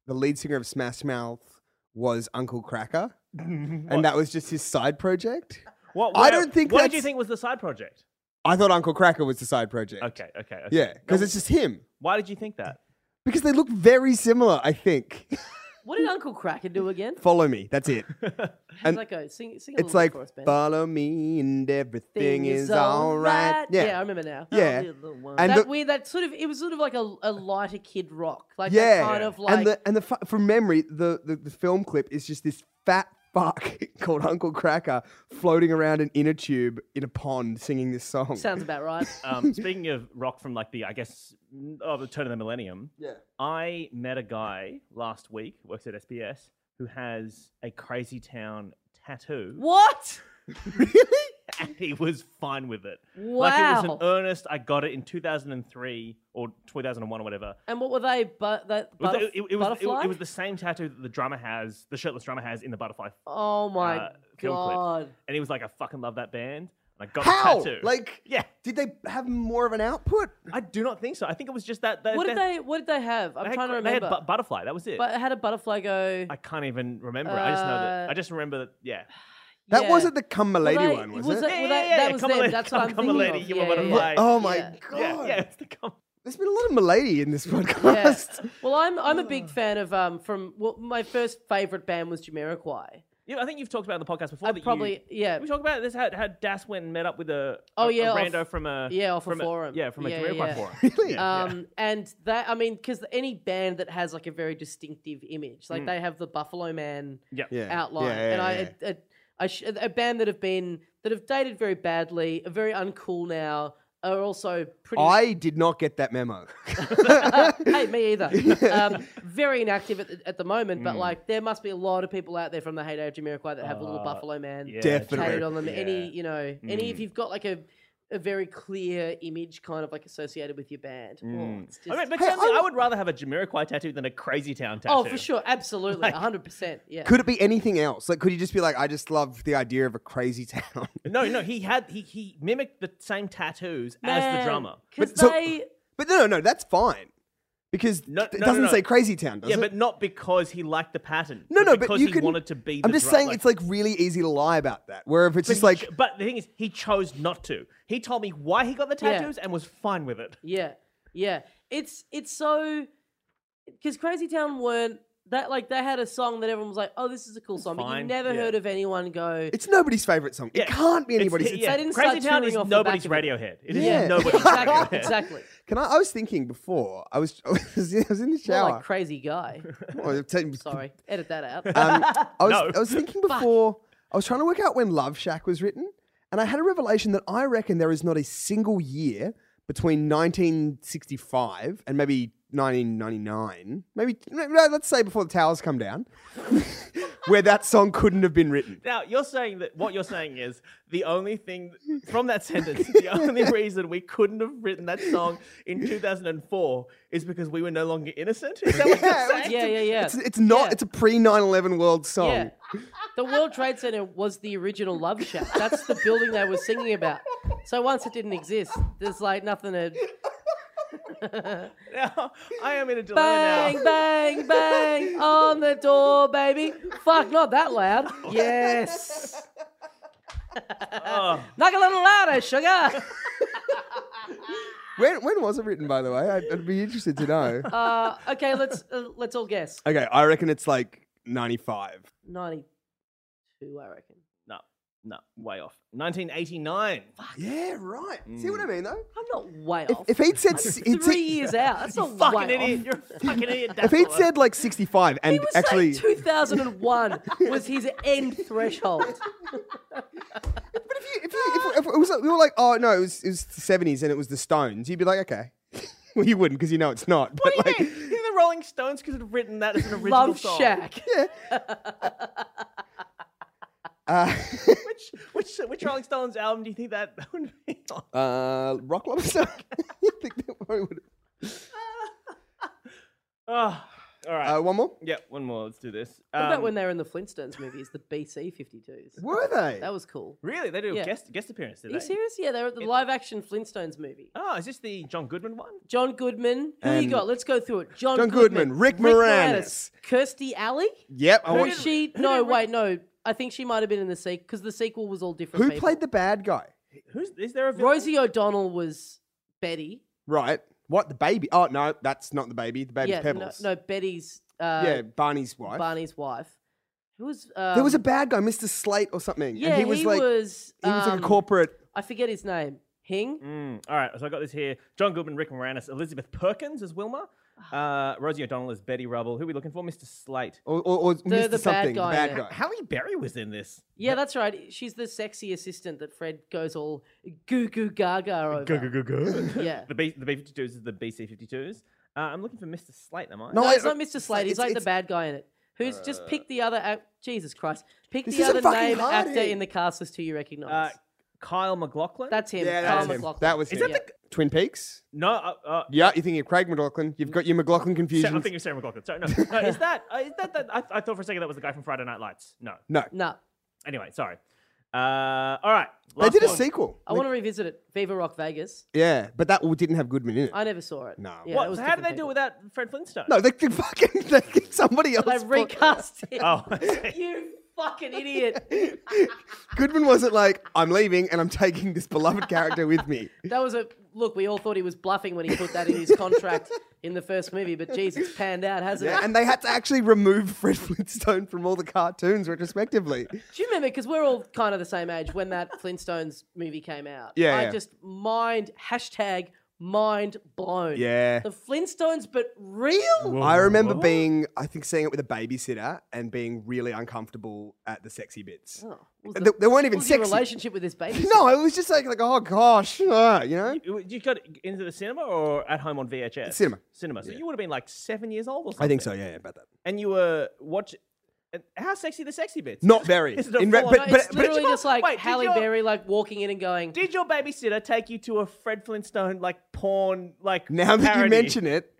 Speaker 2: the lead singer of Smash Mouth was Uncle Cracker? and that was just his side project?
Speaker 1: What,
Speaker 2: I
Speaker 1: what-
Speaker 2: don't think
Speaker 1: What did you
Speaker 2: that's-
Speaker 1: think was the side project?
Speaker 2: I thought Uncle Cracker was the side project.
Speaker 1: Okay, okay. okay.
Speaker 2: Yeah, because it's just him.
Speaker 1: Why did you think that?
Speaker 2: Because they look very similar, I think.
Speaker 3: What did Uncle Cracker do again?
Speaker 2: Follow me. That's it.
Speaker 3: How's that go? Sing, sing a
Speaker 2: It's
Speaker 3: little
Speaker 2: like,
Speaker 3: for us, Ben.
Speaker 2: follow me and everything is all right.
Speaker 3: Yeah. I remember now.
Speaker 2: Yeah.
Speaker 3: And
Speaker 2: And
Speaker 3: that
Speaker 2: the-
Speaker 3: weird, that sort of, it was sort of like a, a lighter kid rock, like that
Speaker 2: Yeah,
Speaker 3: kind of like
Speaker 2: and the and the fu- from memory, the, the the film clip is just this fat fuck called Uncle Cracker floating around an inner tube in a pond singing this song.
Speaker 3: sounds about right.
Speaker 1: Um, speaking of rock from like the, I guess, of the turn of the millennium,
Speaker 2: yeah.
Speaker 1: I met a guy last week, works at SBS, who has a Crazy Town tattoo.
Speaker 3: what?
Speaker 1: and he was fine with it. Like it was
Speaker 3: Wow.
Speaker 1: an earnest. I got it in 2003 or 2001 or whatever.
Speaker 3: And what were they? But that
Speaker 1: It was,
Speaker 3: butterf-
Speaker 1: it, it- it was, it,
Speaker 3: butterfly.
Speaker 1: it was the same tattoo that the drummer has, the shirtless drummer has in the butterfly,
Speaker 3: oh my
Speaker 1: uh, film clip.
Speaker 3: god!
Speaker 1: and he was like, "I fucking love that band." And I got
Speaker 2: How?
Speaker 1: a tattoo.
Speaker 2: Like,
Speaker 1: yeah,
Speaker 2: did they have more of an output?
Speaker 1: I do not think so. I think it was just that. that
Speaker 3: What did
Speaker 1: that-
Speaker 3: they? What did they have? I'm
Speaker 1: had
Speaker 3: trying to
Speaker 1: cra- They had
Speaker 3: remember.
Speaker 1: bu- butterfly. That was it.
Speaker 3: but had a butterfly go?
Speaker 1: I can't even remember. it. I just know that.
Speaker 3: Uh,
Speaker 1: I just remember that. Yeah.
Speaker 2: That
Speaker 3: yeah.
Speaker 2: wasn't the Come My Lady
Speaker 3: Well, they-
Speaker 2: one, was,
Speaker 3: was
Speaker 2: it?
Speaker 3: that-
Speaker 1: Yeah,
Speaker 3: well,
Speaker 1: yeah,
Speaker 3: that-
Speaker 1: yeah,
Speaker 3: that
Speaker 1: yeah.
Speaker 3: was
Speaker 1: come
Speaker 3: them.
Speaker 1: a lady,
Speaker 3: That's
Speaker 1: come,
Speaker 3: what I'm
Speaker 1: come a
Speaker 3: thinking
Speaker 1: lady,
Speaker 3: of.
Speaker 1: you a
Speaker 3: Yeah, yeah,
Speaker 1: butterfly.
Speaker 3: yeah.
Speaker 2: Oh my
Speaker 3: Yeah.
Speaker 2: god!
Speaker 1: Yeah, yeah, it's the come.
Speaker 2: There's been a lot of Milady in this
Speaker 3: Yeah.
Speaker 2: podcast.
Speaker 3: Well, I'm I'm a
Speaker 2: Oh.
Speaker 3: big fan of um from well my first favorite band was Jamiroquai.
Speaker 1: Yeah, I think you've talked about it on the podcast before.
Speaker 3: I
Speaker 1: that you-
Speaker 3: probably yeah
Speaker 1: Did we talk about this? How, how Das went and met up with a
Speaker 3: Oh,
Speaker 1: a,
Speaker 3: yeah,
Speaker 1: a
Speaker 3: off-
Speaker 1: rando from a
Speaker 3: yeah off
Speaker 1: from
Speaker 3: a forum
Speaker 1: yeah from a
Speaker 3: yeah,
Speaker 1: Jamiroquai
Speaker 3: yeah.
Speaker 1: forum.
Speaker 2: Really?
Speaker 1: Yeah, yeah.
Speaker 3: Um and that I mean because any band that has like a very distinctive image
Speaker 1: Mm.
Speaker 3: like they have the Buffalo Man
Speaker 1: yeah.
Speaker 2: yeah.
Speaker 3: outline
Speaker 2: Yeah, yeah,
Speaker 3: and I
Speaker 2: yeah.
Speaker 3: a, a, a sh- a band that have been that have dated very badly are very uncool now are also pretty
Speaker 2: I did not get that memo.
Speaker 3: Uh, hey, me either. Um, very inactive at the, at the moment,
Speaker 2: Hmm.
Speaker 3: but like there must be a lot of people out there from the heyday of Jamiroquai that have a little
Speaker 1: Uh,
Speaker 3: Buffalo Man
Speaker 1: yeah,
Speaker 2: Definitely.
Speaker 3: tatted on them.
Speaker 1: yeah.
Speaker 3: Any, you know, any if
Speaker 2: Mm.
Speaker 3: you've got like a a very clear image kind of like associated with your band. Oh,
Speaker 2: Mm.
Speaker 3: it's
Speaker 1: I
Speaker 3: just-
Speaker 1: mean, but
Speaker 2: Hey,
Speaker 1: seriously,
Speaker 2: I-
Speaker 1: I would rather have a Jamiroquai tattoo than a Crazy Town tattoo.
Speaker 3: oh, for sure. Absolutely. a 100%. Yeah.
Speaker 2: Could it be anything else? Like, could you just be like, I just love the idea of a crazy town?
Speaker 1: No, no, he had he he mimicked the same tattoos as the drummer.
Speaker 3: Because
Speaker 2: But so-
Speaker 3: they.
Speaker 2: but no, no, no, that's fine because
Speaker 1: No,
Speaker 2: th- it
Speaker 1: no, no,
Speaker 2: doesn't
Speaker 1: no.
Speaker 2: say crazy town, does
Speaker 1: yeah,
Speaker 2: it?
Speaker 1: but not because he liked the pattern.
Speaker 2: no, no, but
Speaker 1: because
Speaker 2: you
Speaker 1: he
Speaker 2: can.
Speaker 1: wanted to be. The
Speaker 2: I'm just
Speaker 1: drum-
Speaker 2: saying, it's like really easy to lie about that. Where if it's just
Speaker 1: but
Speaker 2: like,
Speaker 1: he ch- but the thing is, he chose not to. He told me why he got the
Speaker 3: Yeah.
Speaker 1: tattoos and was fine with it.
Speaker 3: Yeah, yeah. It's it's so because Crazy Town weren't that like they had a song that everyone was like, oh, this is a cool song, but you
Speaker 1: Fine,
Speaker 3: never
Speaker 1: yeah.
Speaker 3: heard of anyone go.
Speaker 2: it's nobody's favorite song. It
Speaker 1: Yeah.
Speaker 2: can't be
Speaker 1: It's-
Speaker 2: anybody's. it's-
Speaker 1: yeah.
Speaker 3: They didn't
Speaker 1: Crazy
Speaker 3: start
Speaker 1: Town
Speaker 3: touring
Speaker 1: is
Speaker 3: off the
Speaker 1: nobody's
Speaker 3: back of it.
Speaker 1: Radiohead. It is
Speaker 2: Yeah.
Speaker 1: nobody's Radiohead.
Speaker 3: exactly, exactly.
Speaker 2: Can I? I was thinking before. I was. I was in, I was in the
Speaker 3: More
Speaker 2: shower.
Speaker 3: like crazy guy.
Speaker 2: Well, I've taken-
Speaker 3: Sorry, edit that out.
Speaker 2: Um, I was,
Speaker 1: No.
Speaker 2: I was thinking before, I was trying to work out when Love Shack was written, and I had a revelation that I reckon there is not a single year between 1965 and maybe 1999, maybe, no, let's say before the towers come down, where that song couldn't have been written.
Speaker 1: Now you're saying that what you're saying is the only thing from that sentence, the only reason we couldn't have written that song in 2004 is because we were no longer innocent. Is that what
Speaker 2: Yeah,
Speaker 1: you're saying?
Speaker 3: yeah, yeah, yeah.
Speaker 2: It's, it's not,
Speaker 3: Yeah.
Speaker 2: it's a pre 9 11 world song.
Speaker 3: yeah. The World Trade Center was the original Love Shack. That's the building they were singing about. So once it didn't exist, there's like nothing to
Speaker 1: Now, I am in a dilemma
Speaker 3: bang,
Speaker 1: now.
Speaker 3: bang, bang on the door, baby. Fuck, not that loud. Yes.
Speaker 1: Oh,
Speaker 3: Knock a little louder, sugar.
Speaker 2: When, when was it written, by the way? I'd, I'd be interested to know.
Speaker 3: Uh, okay, let's uh, let's all guess.
Speaker 2: okay, I reckon it's like 95.
Speaker 3: Ninety-two, I reckon.
Speaker 1: no, no, way off. 1989.
Speaker 2: Yeah, right. See what I mean, though?
Speaker 3: I'm not way
Speaker 2: If,
Speaker 3: off.
Speaker 2: if he'd said s- he'd
Speaker 3: Three
Speaker 2: said-
Speaker 3: years out. That's
Speaker 1: You
Speaker 3: not
Speaker 1: fucking
Speaker 3: way
Speaker 1: idiot.
Speaker 3: off.
Speaker 1: You're a fucking idiot.
Speaker 2: if he'd
Speaker 1: Dazzler.
Speaker 2: said like 65 and
Speaker 3: He was
Speaker 2: actually
Speaker 3: saying 2001 was his end threshold.
Speaker 2: but if, you, if, you, if, if it was like, we were like oh no it was, it was the 70s and it was the stones you'd be like okay well you wouldn't because you know it's not but
Speaker 1: what do
Speaker 2: like
Speaker 1: you mean? You think the Rolling Stones could have written that as an original
Speaker 3: Love
Speaker 1: song?
Speaker 3: Shack.
Speaker 2: uh,
Speaker 1: Which, which, which Rolling Stones album do you think that would be on?
Speaker 2: uh, rock lobster I think that probably would-
Speaker 1: Oh, all right.
Speaker 2: uh, one more
Speaker 1: yeah, one more. Let's do this.
Speaker 3: Ah. What
Speaker 1: Um,
Speaker 3: about when they were in the Flintstones movies, the BC 52s?
Speaker 2: were they
Speaker 3: That was cool.
Speaker 1: Really? They do a
Speaker 3: Yeah.
Speaker 1: guest guest appearance, did
Speaker 3: Are you
Speaker 1: they?
Speaker 3: serious? Yeah, they were at the live action Flintstones movie.
Speaker 1: Oh, is this the John Goodman one?
Speaker 3: John Goodman. Who
Speaker 2: And-
Speaker 3: you got? Let's go through it. John,
Speaker 2: John Goodman, Rick Moranis.
Speaker 3: Kirsty Alley.
Speaker 2: yep I
Speaker 3: Who
Speaker 2: want
Speaker 3: did she? No, wait, no. I think she might have been in the sequel because the sequel was all different.
Speaker 2: who
Speaker 3: people.
Speaker 2: played the bad guy
Speaker 1: Who's is there a villain?
Speaker 3: Rosie O'Donnell was Betty.
Speaker 2: right what the baby oh no that's not the baby the baby's
Speaker 3: yeah, no,
Speaker 2: pebbles
Speaker 3: no, Betty's. Uh,
Speaker 2: yeah Barney's wife
Speaker 3: Barney's wife. Who was? Um,
Speaker 2: there was a bad guy Mr Slate or something
Speaker 3: Yeah,
Speaker 2: and he was like
Speaker 3: was.
Speaker 2: he was like a
Speaker 3: um,
Speaker 2: corporate
Speaker 3: I forget his name. Hing.
Speaker 1: Mm, all right, so I got this here: John Goodman, Rick Moranis, Elizabeth Perkins as Wilma, uh,
Speaker 3: Ah.
Speaker 1: Rosie O'Donnell as Betty Rubble. Who are we looking for? Mr. Slate.
Speaker 2: or, or, or Mr.
Speaker 3: the bad
Speaker 2: something
Speaker 3: guy,
Speaker 2: the bad
Speaker 3: yeah.
Speaker 2: guy
Speaker 1: Halle Berry was in this.
Speaker 3: Yeah, that's right. She's the sexy assistant that Fred goes all goo goo gaga over. Yeah.
Speaker 1: The B the B fifty twos is the BC fifty twos. Uh, I'm looking for Mr. Slate. Am I?
Speaker 2: No,
Speaker 3: No,
Speaker 2: I-
Speaker 3: it's not Mr. Slate. He's
Speaker 2: it's-
Speaker 3: like
Speaker 2: it's-
Speaker 3: the
Speaker 2: Uh.
Speaker 3: bad guy in it. Who's just pick the other act? Jesus Christ! Pick
Speaker 2: This
Speaker 3: the
Speaker 2: isn't
Speaker 3: other
Speaker 2: fucking
Speaker 3: name
Speaker 2: hard
Speaker 3: actor
Speaker 2: here.
Speaker 3: in the cast list who you
Speaker 1: Uh,
Speaker 3: recognise.
Speaker 1: Kyle McLaughlin.
Speaker 3: that's him.
Speaker 2: Yeah,
Speaker 3: Kyle
Speaker 2: that was him.
Speaker 3: McLaughlin.
Speaker 2: That was
Speaker 1: Is
Speaker 2: him.
Speaker 1: that the
Speaker 2: Twin Peaks?
Speaker 1: no? Uh, uh,
Speaker 2: Yeah, you're thinking of Craig McLaughlin. You've got your
Speaker 1: Sa-
Speaker 2: McLaughlin
Speaker 1: I'm
Speaker 2: confusion.
Speaker 1: thinking of Sarah McLaughlin. Sorry, no, no is that uh, is that that? I, I thought for a second that was the guy from Friday Night Lights. No,
Speaker 2: No.
Speaker 3: No.
Speaker 1: Anyway, sorry. Uh, all right.
Speaker 2: They
Speaker 1: last
Speaker 2: did a
Speaker 1: one.
Speaker 2: sequel.
Speaker 3: I want to revisit it. Viva Rock Vegas.
Speaker 2: Yeah, but that didn't have Goodman in it.
Speaker 3: I never saw it.
Speaker 2: No.
Speaker 3: Yeah,
Speaker 1: What?
Speaker 3: it was
Speaker 1: so how did
Speaker 3: different
Speaker 1: they do it
Speaker 3: people.
Speaker 1: without Fred Flintstone?
Speaker 2: No, they could fucking they could somebody else.
Speaker 3: They recast it.
Speaker 1: Oh, I see.
Speaker 3: You fucking idiot.
Speaker 2: Goodman wasn't like, I'm leaving and I'm taking this beloved character with me.
Speaker 3: That was a look. We all thought he was bluffing when he put that in his contract in the first movie, but geez, it's panned out, hasn't
Speaker 2: Yeah,
Speaker 3: it?
Speaker 2: and they had to actually remove Fred Flintstone from all the cartoons retrospectively.
Speaker 3: Do you remember? Because we're all kind of the same age when that Flintstones movie came out.
Speaker 2: Yeah,
Speaker 3: I
Speaker 2: yeah.
Speaker 3: just mind hashtag mind blown.
Speaker 2: Yeah.
Speaker 3: The Flintstones, but real.
Speaker 2: I remember being, I think, seeing it with a babysitter and being really uncomfortable at the sexy bits.
Speaker 3: Oh, was
Speaker 2: They,
Speaker 3: the-
Speaker 2: they weren't even
Speaker 3: was your
Speaker 2: sexy.
Speaker 3: relationship with this baby?
Speaker 2: No, it was just like, like oh gosh, uh, you know?
Speaker 1: You you got into the cinema or at home on VHS?
Speaker 2: Cinema.
Speaker 1: Cinema. So
Speaker 2: Yeah.
Speaker 1: you would have been like seven years old or something.
Speaker 2: I think so, yeah, yeah, about that.
Speaker 1: And you were watch. and How sexy the sexy bits?
Speaker 2: Not very.
Speaker 1: Is it a
Speaker 2: In re-
Speaker 1: full-on-
Speaker 2: but-
Speaker 3: No,
Speaker 2: but-
Speaker 3: it's literally
Speaker 1: but-
Speaker 3: just like
Speaker 1: Wait, did
Speaker 3: Halle
Speaker 1: your-
Speaker 3: Berry, like walking in and going,
Speaker 1: Did your babysitter take you to a Fred Flintstone like porn like?
Speaker 2: Now that you
Speaker 1: parody?
Speaker 2: mention it,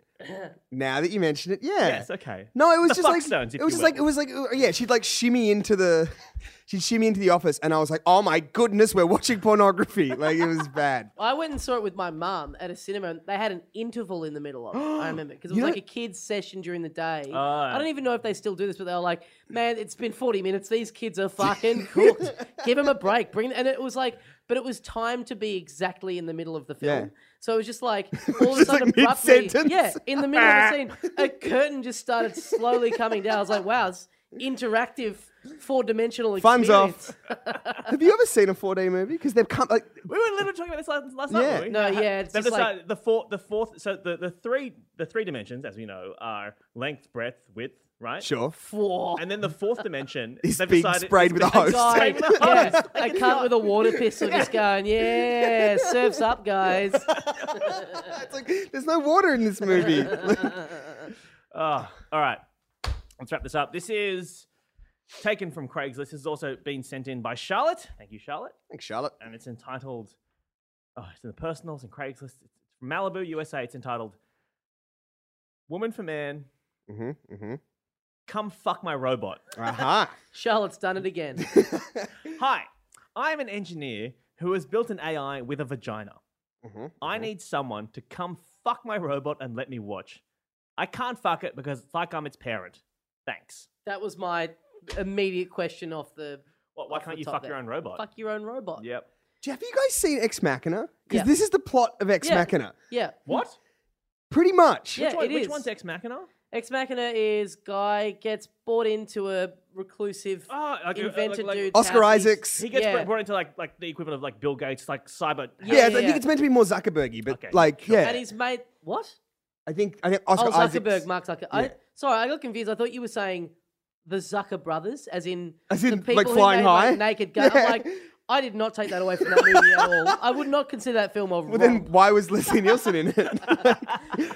Speaker 2: now that you mention it, yeah.
Speaker 1: Yes. Okay.
Speaker 2: No, it was
Speaker 1: The
Speaker 2: just like
Speaker 1: Flintstones, if
Speaker 2: it was
Speaker 1: you
Speaker 2: just
Speaker 1: will.
Speaker 2: like it was like uh, yeah. She'd like shimmy into the, she'd shimmy into the office, and I was like, oh my goodness, we're watching pornography. Like it was bad.
Speaker 3: I went and saw it with my mum at a cinema, and they had an interval in the middle of it. I remember because it was
Speaker 2: You know- Oh.
Speaker 3: like a kids' session during the day.
Speaker 1: Ah.
Speaker 3: I don't even know if they still do this, but they were like, "Man, it's been forty minutes. These kids are fucking cooked. Give them a break. Bring." And it was like, but it was timed to be exactly in the middle of the film.
Speaker 2: Yeah.
Speaker 3: So it was just like all of a
Speaker 2: just
Speaker 3: sudden,
Speaker 2: like
Speaker 3: abruptly,
Speaker 2: mid-sentence.
Speaker 3: yeah, in the middle of the scene, a curtain just started slowly coming down. I was like, "Wow, it's interactive, four-dimensional experience."
Speaker 2: Fun's off. Have you ever seen a 4D movie? Because they've come like
Speaker 1: We were literally talking about this last, last night.
Speaker 2: Yeah.
Speaker 1: weren't we?
Speaker 3: No,
Speaker 1: How-
Speaker 3: yeah, it's
Speaker 1: they've
Speaker 3: just like-
Speaker 1: decided the fourth, the fourth. So the, the three, the three dimensions, as we know, are length, breadth, width, right?
Speaker 2: sure.
Speaker 3: Four.
Speaker 1: And then the fourth dimension
Speaker 2: Is
Speaker 1: they've
Speaker 2: big
Speaker 1: decided-
Speaker 2: sprayed
Speaker 1: is
Speaker 2: with a
Speaker 1: big
Speaker 2: hose.
Speaker 3: guy,
Speaker 1: sprayed with a hose.
Speaker 3: yeah,
Speaker 1: Like,
Speaker 3: a
Speaker 1: it's
Speaker 3: cunt
Speaker 1: not-
Speaker 3: with a water pistol just going, yeah, surfs up, guys.
Speaker 2: It's like there's no water in this movie.
Speaker 1: Ah, all right, let's wrap this up. This is taken from Craigslist. This has also been sent in by Charlotte. Thank you, Charlotte.
Speaker 2: Thanks, Charlotte.
Speaker 1: And it's entitled. Oh, it's in the personals and Craigslist. It's from Malibu, USA. It's entitled "Woman for Man,
Speaker 2: Mm-hmm. Mm-hmm.
Speaker 1: Come Fuck My Robot."
Speaker 2: Aha.
Speaker 3: Charlotte's done it again.
Speaker 1: Hi, I'm an engineer who has built an AI with a vagina.
Speaker 2: Mhm,
Speaker 1: I need someone to come fuck my robot and let me watch. I can't fuck it because it's like I'm its parent. Thanks.
Speaker 3: That was my immediate question off the.
Speaker 1: What, why
Speaker 3: off
Speaker 1: can't
Speaker 3: the
Speaker 1: you
Speaker 3: top
Speaker 1: fuck
Speaker 3: there.
Speaker 1: your own robot?
Speaker 3: Fuck your own robot. Yeah.
Speaker 1: Yep.
Speaker 2: Have you guys seen Ex Machina? Because
Speaker 3: Yeah.
Speaker 2: this is the plot of Ex
Speaker 3: Yeah.
Speaker 2: Machina,
Speaker 3: Yeah.
Speaker 1: What?
Speaker 2: pretty much.
Speaker 3: Yeah,
Speaker 1: which, one-
Speaker 3: it
Speaker 1: which
Speaker 3: is.
Speaker 1: one's Ex Machina?
Speaker 3: Ex Machina is guy gets bought into a reclusive
Speaker 1: Oh, like, uh,
Speaker 3: inventor
Speaker 1: like- like-
Speaker 3: dude's
Speaker 2: Oscar
Speaker 3: house. He's-
Speaker 2: Isaacs.
Speaker 1: He gets
Speaker 3: Yeah.
Speaker 1: brought into like like the equivalent of like Bill Gates, like cyber.
Speaker 3: Yeah,
Speaker 2: Yeah, I
Speaker 3: yeah,
Speaker 2: think
Speaker 3: yeah.
Speaker 2: it's meant to be more Zuckerbergy, but
Speaker 1: Okay,
Speaker 2: like,
Speaker 1: sure.
Speaker 2: yeah,
Speaker 3: And he's made. What?
Speaker 2: I think I think Oscar
Speaker 3: oh, Zuckerberg,
Speaker 2: Isaacs.
Speaker 3: Mark Zucker.
Speaker 2: Yeah.
Speaker 3: I, sorry, I got confused. I thought you were saying the Zucker brothers, as in,
Speaker 2: As
Speaker 3: the
Speaker 2: in,
Speaker 3: people
Speaker 2: like,
Speaker 3: who
Speaker 2: Flying
Speaker 3: made, like,
Speaker 2: High?
Speaker 3: naked Gun. I'm
Speaker 2: Yeah.
Speaker 3: like, I did not take that away from that movie at all. I would not consider that film overall.
Speaker 2: Well, then why was Leslie Nielsen in it?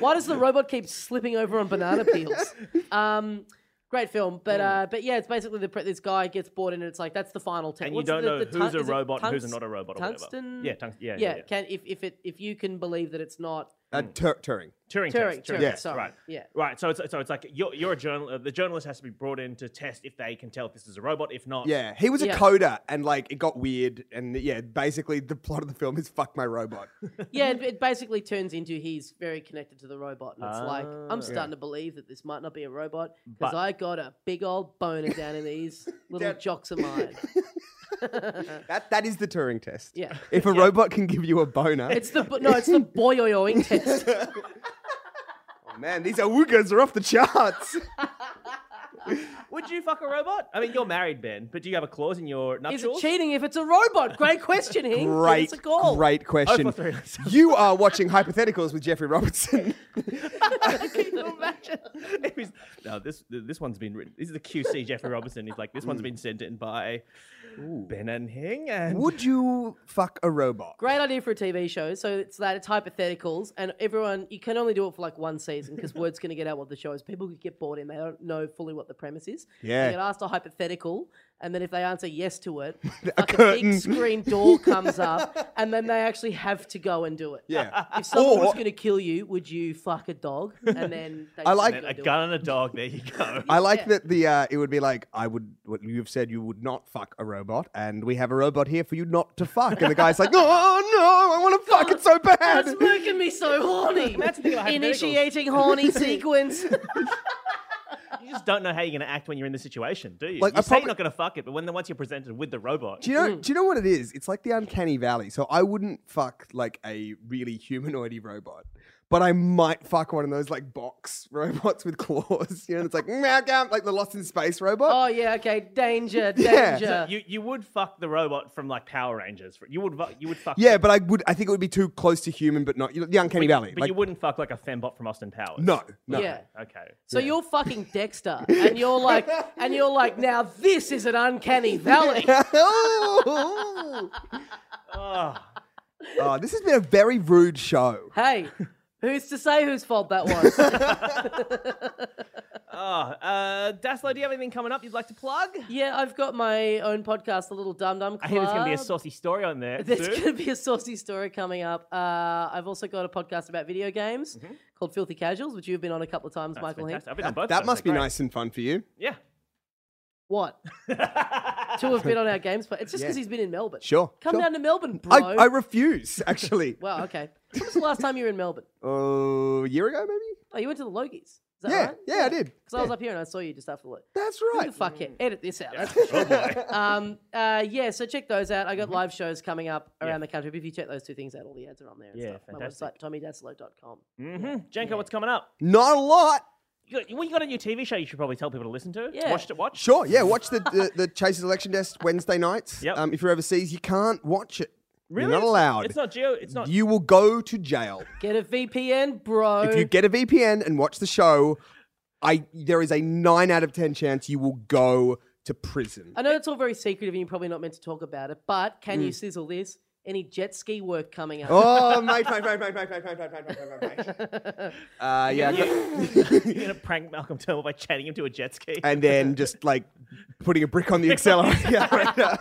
Speaker 3: Why does the robot keep slipping over on banana peels? Um, great film,
Speaker 2: Hmm.
Speaker 3: but uh, but yeah, it's basically the pre- this guy gets bought in, and it's like that's the final test.
Speaker 1: And you don't know who's a robot and who's not a robot or
Speaker 3: tungsten?
Speaker 1: whatever. Yeah, tungsten. Yeah, yeah,
Speaker 3: yeah,
Speaker 1: yeah.
Speaker 3: can if if it if you can believe that it's not
Speaker 2: uh, Tur- Turing.
Speaker 1: Turing,
Speaker 3: Turing,
Speaker 1: test.
Speaker 3: Turing,
Speaker 1: test,
Speaker 3: sorry,
Speaker 1: Right.
Speaker 3: yeah.
Speaker 1: Right. So it's so it's like you're, you're a journal. uh, The journalist has to be brought in to test if they can tell if this is a robot. If not,
Speaker 2: Yeah, he was
Speaker 3: Yeah.
Speaker 2: a coder, and like it got weird, and yeah, basically the plot of the film is fuck my robot.
Speaker 3: yeah,
Speaker 2: Mm-hmm.
Speaker 3: it, it basically turns into he's very connected to the robot, and it's like
Speaker 1: Ah.
Speaker 3: I'm starting to believe that this might not be a robot because
Speaker 1: But-
Speaker 3: I got a big old boner down in these little
Speaker 2: Down-
Speaker 3: jocks of mine.
Speaker 2: That that is the Turing test.
Speaker 3: Yeah.
Speaker 2: If a robot can give you a boner,
Speaker 3: It's the bo- no, it's the boy oyoing test.
Speaker 2: oh, man, these awoogas are off the charts.
Speaker 1: Would you fuck a robot? I mean, you're married, Ben, but do you have a clause in your
Speaker 3: Is it
Speaker 1: nuptials?
Speaker 3: cheating if it's a robot? Great question, Hing. Give us
Speaker 2: Great,
Speaker 3: a call.
Speaker 2: great question.
Speaker 1: 043.
Speaker 2: you are watching hypotheticals with Jeffrey Robertson.
Speaker 3: Can you imagine?
Speaker 1: It was- no, this this one's been written. This is the QC Jeffrey Robinson. He's like, this one's been sent in by Ben and Hing, and
Speaker 2: Would you fuck a robot?
Speaker 3: Great idea for a TV show. So it's that it's hypotheticals, and everyone you can only do it for like one season because word's going to get out what the show is. People could get bored and they don't know fully what the premise is.
Speaker 2: Yeah.
Speaker 3: they get asked a hypothetical, And then if they answer yes to it,
Speaker 2: A
Speaker 3: like a
Speaker 2: curtain.
Speaker 3: big screen door comes up, and then they actually have to go and do it.
Speaker 2: Yeah.
Speaker 3: If someone
Speaker 2: Or-
Speaker 3: was going to kill you, would you fuck a dog? And then they
Speaker 2: I like-
Speaker 1: And
Speaker 3: just go
Speaker 1: a
Speaker 3: do it.
Speaker 1: gun and a dog. There you go.
Speaker 2: I like
Speaker 3: Yeah.
Speaker 2: that the uh, it would be like I would what you've said you would not fuck a robot and we have a robot here for you not to fuck and the guy's like no no I want to fuck it so
Speaker 3: That's
Speaker 2: bad
Speaker 3: making me so horny.
Speaker 1: That's the thing about hypotheticals.
Speaker 3: Initiating horny sequence.
Speaker 1: You just don't know how you're going to act when you're in the situation, do you?
Speaker 2: Like,
Speaker 1: you
Speaker 2: I
Speaker 1: say
Speaker 2: probably-
Speaker 1: you're not going to fuck it, but when once you're presented with the robot,
Speaker 2: do you know do you know what it is it's like the uncanny valley so I wouldn't fuck like a really humanoidy robot but I might fuck one of those like box robots with claws you know it's like "Meow-meow," like the Lost in Space robot
Speaker 3: Oh yeah, okay. Danger,
Speaker 2: Yeah.
Speaker 3: danger.
Speaker 1: you you would fuck the robot from like Power Rangers. You would fu- you would fuck
Speaker 2: yeah but I would I think it would be too close to human but not you know, the uncanny valley
Speaker 1: but
Speaker 2: like
Speaker 1: you wouldn't fuck like a fembot from Austin Powers.
Speaker 2: no no
Speaker 3: Yeah.
Speaker 1: Okay.
Speaker 3: So you're fucking Dexter, and you're like, and you're like, now this is an uncanny valley.
Speaker 2: oh.
Speaker 1: Oh,
Speaker 2: Oh, this has been a very rude show.
Speaker 3: Hey, who's to say whose fault that was?
Speaker 1: oh. Uh, Daslo, do you have anything coming up you'd like to plug?
Speaker 3: yeah, I've got my own podcast, The Little Dum Dum
Speaker 1: I
Speaker 3: Club.
Speaker 1: hear there's going to be a saucy story on there.
Speaker 3: There's
Speaker 1: soon.
Speaker 3: going to be a saucy story coming up. Uh, I've also got a podcast about video games
Speaker 2: Mm-hmm.
Speaker 3: called Filthy Casuals, which you've been on a couple of times,
Speaker 1: That's
Speaker 3: Michael. Hink.
Speaker 1: fantastic. I've been on both. of
Speaker 2: That
Speaker 1: those,
Speaker 2: must be
Speaker 1: they're
Speaker 2: nice and fun for you.
Speaker 1: great.
Speaker 3: What?
Speaker 1: Yeah.
Speaker 3: To have been on our games, but it's just because
Speaker 2: Yeah.
Speaker 3: he's been in Melbourne.
Speaker 2: Sure.
Speaker 3: Come
Speaker 2: sure.
Speaker 3: down to Melbourne, bro.
Speaker 2: I, I refuse, actually.
Speaker 3: Wow, okay. When was the last time you were in Melbourne?
Speaker 2: Oh, a year ago, maybe?
Speaker 3: Oh, you went to the Logies. Is that
Speaker 2: Yeah,
Speaker 3: right?
Speaker 2: yeah, I did.
Speaker 3: Because I was up here and I saw you just after the look.
Speaker 2: That's
Speaker 3: Who
Speaker 2: right.
Speaker 3: the fuck it? Edit this out. That's for sure.
Speaker 2: Oh,
Speaker 3: um, uh, yeah, so check those out. I
Speaker 2: Mm-hmm.
Speaker 3: got live shows coming up around
Speaker 1: Yeah.
Speaker 3: the country. But if you check those two things out, all the ads are on there. And
Speaker 1: Yeah,
Speaker 3: stuff.
Speaker 1: fantastic.
Speaker 3: My website, tommydaslow.com.
Speaker 2: Mm.
Speaker 1: hmm Jenko, what's coming up?
Speaker 2: Not a lot.
Speaker 1: You got, well, you got a new TV show you should probably tell people to listen to.
Speaker 3: Yeah.
Speaker 1: Watch it. Watch.
Speaker 2: Sure, yeah. Watch the, the, the Chase's Election Desk Wednesday nights.
Speaker 1: Yep.
Speaker 2: Um, if you're overseas, you can't watch it.
Speaker 1: Really?
Speaker 2: You're not
Speaker 1: It's-
Speaker 2: allowed.
Speaker 1: It's not geo. It's not.
Speaker 2: You will go to jail.
Speaker 3: Get a VPN, bro.
Speaker 2: If you get a VPN and watch the show, I there is a 9 out of 10 chance you will go to prison.
Speaker 3: I know it's all very secretive and you're probably not meant to talk about it, but can you sizzle this? Any jet ski work coming up?
Speaker 2: Mm. Oh, mate, mate, mate, mate, mate, mate, mate, mate, mate, mate, mate, mate. Uh, yeah. I got-
Speaker 1: You're gonna prank Malcolm Turnbull by chatting him to a jet ski.
Speaker 2: and then just like putting a brick on the accelerator.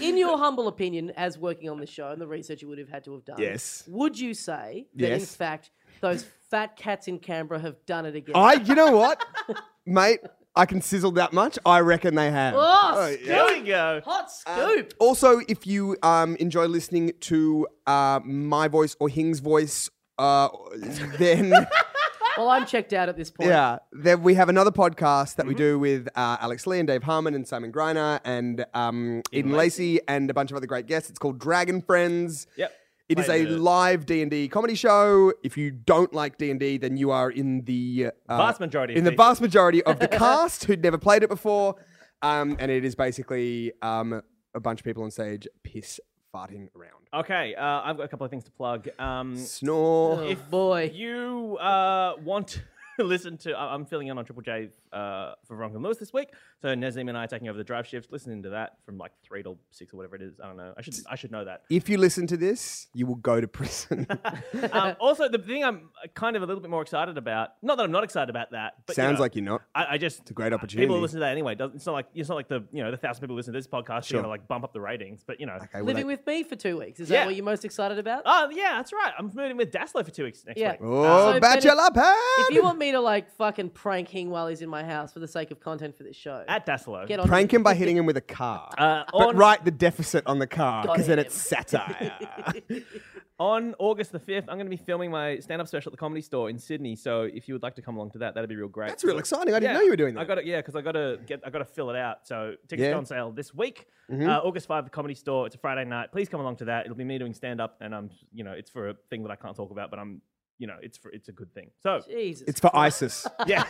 Speaker 3: In your humble opinion, as working on the show and the research you would have had to have done,
Speaker 2: Yes.
Speaker 3: would you say that in
Speaker 2: Yes.
Speaker 3: fact those fat cats in Canberra have done it again?
Speaker 2: I, you know what, mate? I can sizzle that much. I reckon they have.
Speaker 3: Oh,
Speaker 1: there we go.
Speaker 3: Hot scoop.
Speaker 2: Also, if you um, enjoy listening to uh, my voice or Hing's voice, uh, then
Speaker 3: well, I'm checked out at this point.
Speaker 2: Uh, yeah, then we have another podcast that we
Speaker 1: Mm-hmm.
Speaker 2: do with uh, Alex Lee and Dave Harmon and Simon Griner and um, Eden Lacey and a bunch of other great guests. It's called Dragon Friends.
Speaker 1: Yep.
Speaker 2: It is
Speaker 1: Played
Speaker 2: a
Speaker 1: the
Speaker 2: live D and D comedy show. If you don't like D and D, then you are in the uh,
Speaker 1: Vast majority of
Speaker 2: in the
Speaker 1: people.
Speaker 2: vast majority of the cast who'd never played it before. Um, and it is basically um, a bunch of people on stage piss farting around.
Speaker 1: Okay. Uh, I've got a couple of things to plug. Um,
Speaker 2: Snore.
Speaker 3: Oh,
Speaker 1: If
Speaker 3: boy.
Speaker 1: you uh, want to listen to, I- I'm filling in on Triple J uh, for Ronk and Lewis this week. So Nazim and I are taking over the drive shift. Listening to that from like three till six or whatever it is. I don't know. I should I should know that.
Speaker 2: If you listen to this, you will go to prison.
Speaker 1: um, also, the thing I'm uh, kind of a little bit more excited about. Not that I'm not excited about that. But, you
Speaker 2: Sounds
Speaker 1: know,
Speaker 2: like you're not.
Speaker 1: I, I just it's
Speaker 2: a great
Speaker 1: People
Speaker 2: opportunity.
Speaker 1: who listen to that anyway. Doesn't, it's not like it's not like the you know the thousand people who listen to this podcast
Speaker 2: Sure.
Speaker 1: are gonna like bump up the ratings. But you know,
Speaker 2: Okay, well,
Speaker 3: Living
Speaker 2: I-
Speaker 3: with me for two weeks. Is
Speaker 1: Yeah.
Speaker 3: that what you're most excited about?
Speaker 1: oh yeah, that's right. I'm moving with Daslo for two weeks next
Speaker 3: Yeah.
Speaker 1: week.
Speaker 2: oh,
Speaker 3: So, Ben, if-
Speaker 2: bachelor pad.
Speaker 3: If you want me to like fucking prank Hing while he's in my house for the sake of content for this show,
Speaker 1: At Daslo.
Speaker 3: get on.
Speaker 2: Prank him by hitting him with a car.
Speaker 1: Uh,
Speaker 2: but
Speaker 1: on-
Speaker 2: write the deficit on the car because then
Speaker 3: him.
Speaker 2: it's satire.
Speaker 1: On August the 5th, I'm going to be filming my stand up special at the Comedy Store in Sydney. So if you would like to come along to that, that'd be real great.
Speaker 2: That's real exciting. I didn't know you were doing that.
Speaker 1: I got to, yeah, because I got to get, I got to fill it out. So tickets
Speaker 2: Yeah. Mm-hmm.
Speaker 1: go on sale this week, uh, August 5th, the Comedy Store. It's a Friday night. Please come along to that. It'll be me doing stand up, and I'm, you know, it's for a thing that I can't talk about, but I'm, you know, it's for, it's a good thing. So
Speaker 3: Jesus.
Speaker 2: It's for ISIS.
Speaker 1: yeah,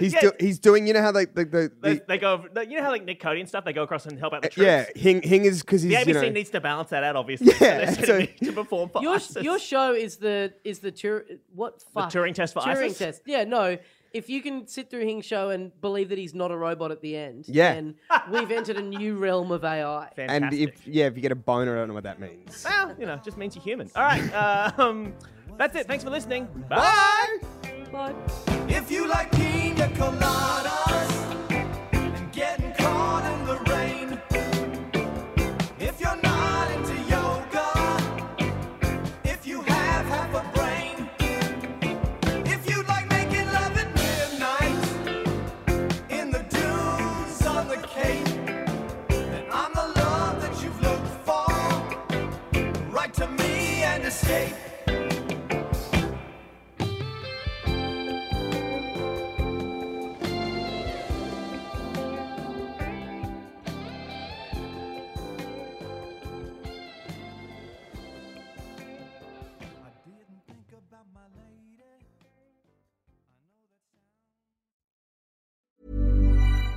Speaker 2: He's
Speaker 1: Yeah.
Speaker 2: do, he's doing. You know how they the, the, the,
Speaker 1: they, they go, they- you know how like Nick Cody and stuff, they go across and help out the troops.
Speaker 2: Uh, yeah. Hing Hing is because he's
Speaker 1: The ABC
Speaker 2: you know,
Speaker 1: needs to balance that out, obviously. so
Speaker 2: Yeah,
Speaker 1: they send
Speaker 2: so-
Speaker 1: me to perform for
Speaker 3: your
Speaker 1: ISIS.
Speaker 3: your show is the is the tour what fuck?
Speaker 1: Turing test for
Speaker 3: Turing
Speaker 1: ISIS?
Speaker 3: test. Yeah, no. If you can sit through Hing's show and believe that he's not a robot at the end,
Speaker 2: Yeah.
Speaker 3: then we've entered a new realm of AI.
Speaker 2: and
Speaker 1: Fantastic.
Speaker 2: if yeah, if you get a boner, I don't know what that means.
Speaker 1: Well, you know, just means you're human. All right. Um, that's it. Thanks for listening. Bye.
Speaker 2: Bye.
Speaker 3: But-
Speaker 4: If you like pina coladas and gay escape. I didn't think about my lady. I know that sounds.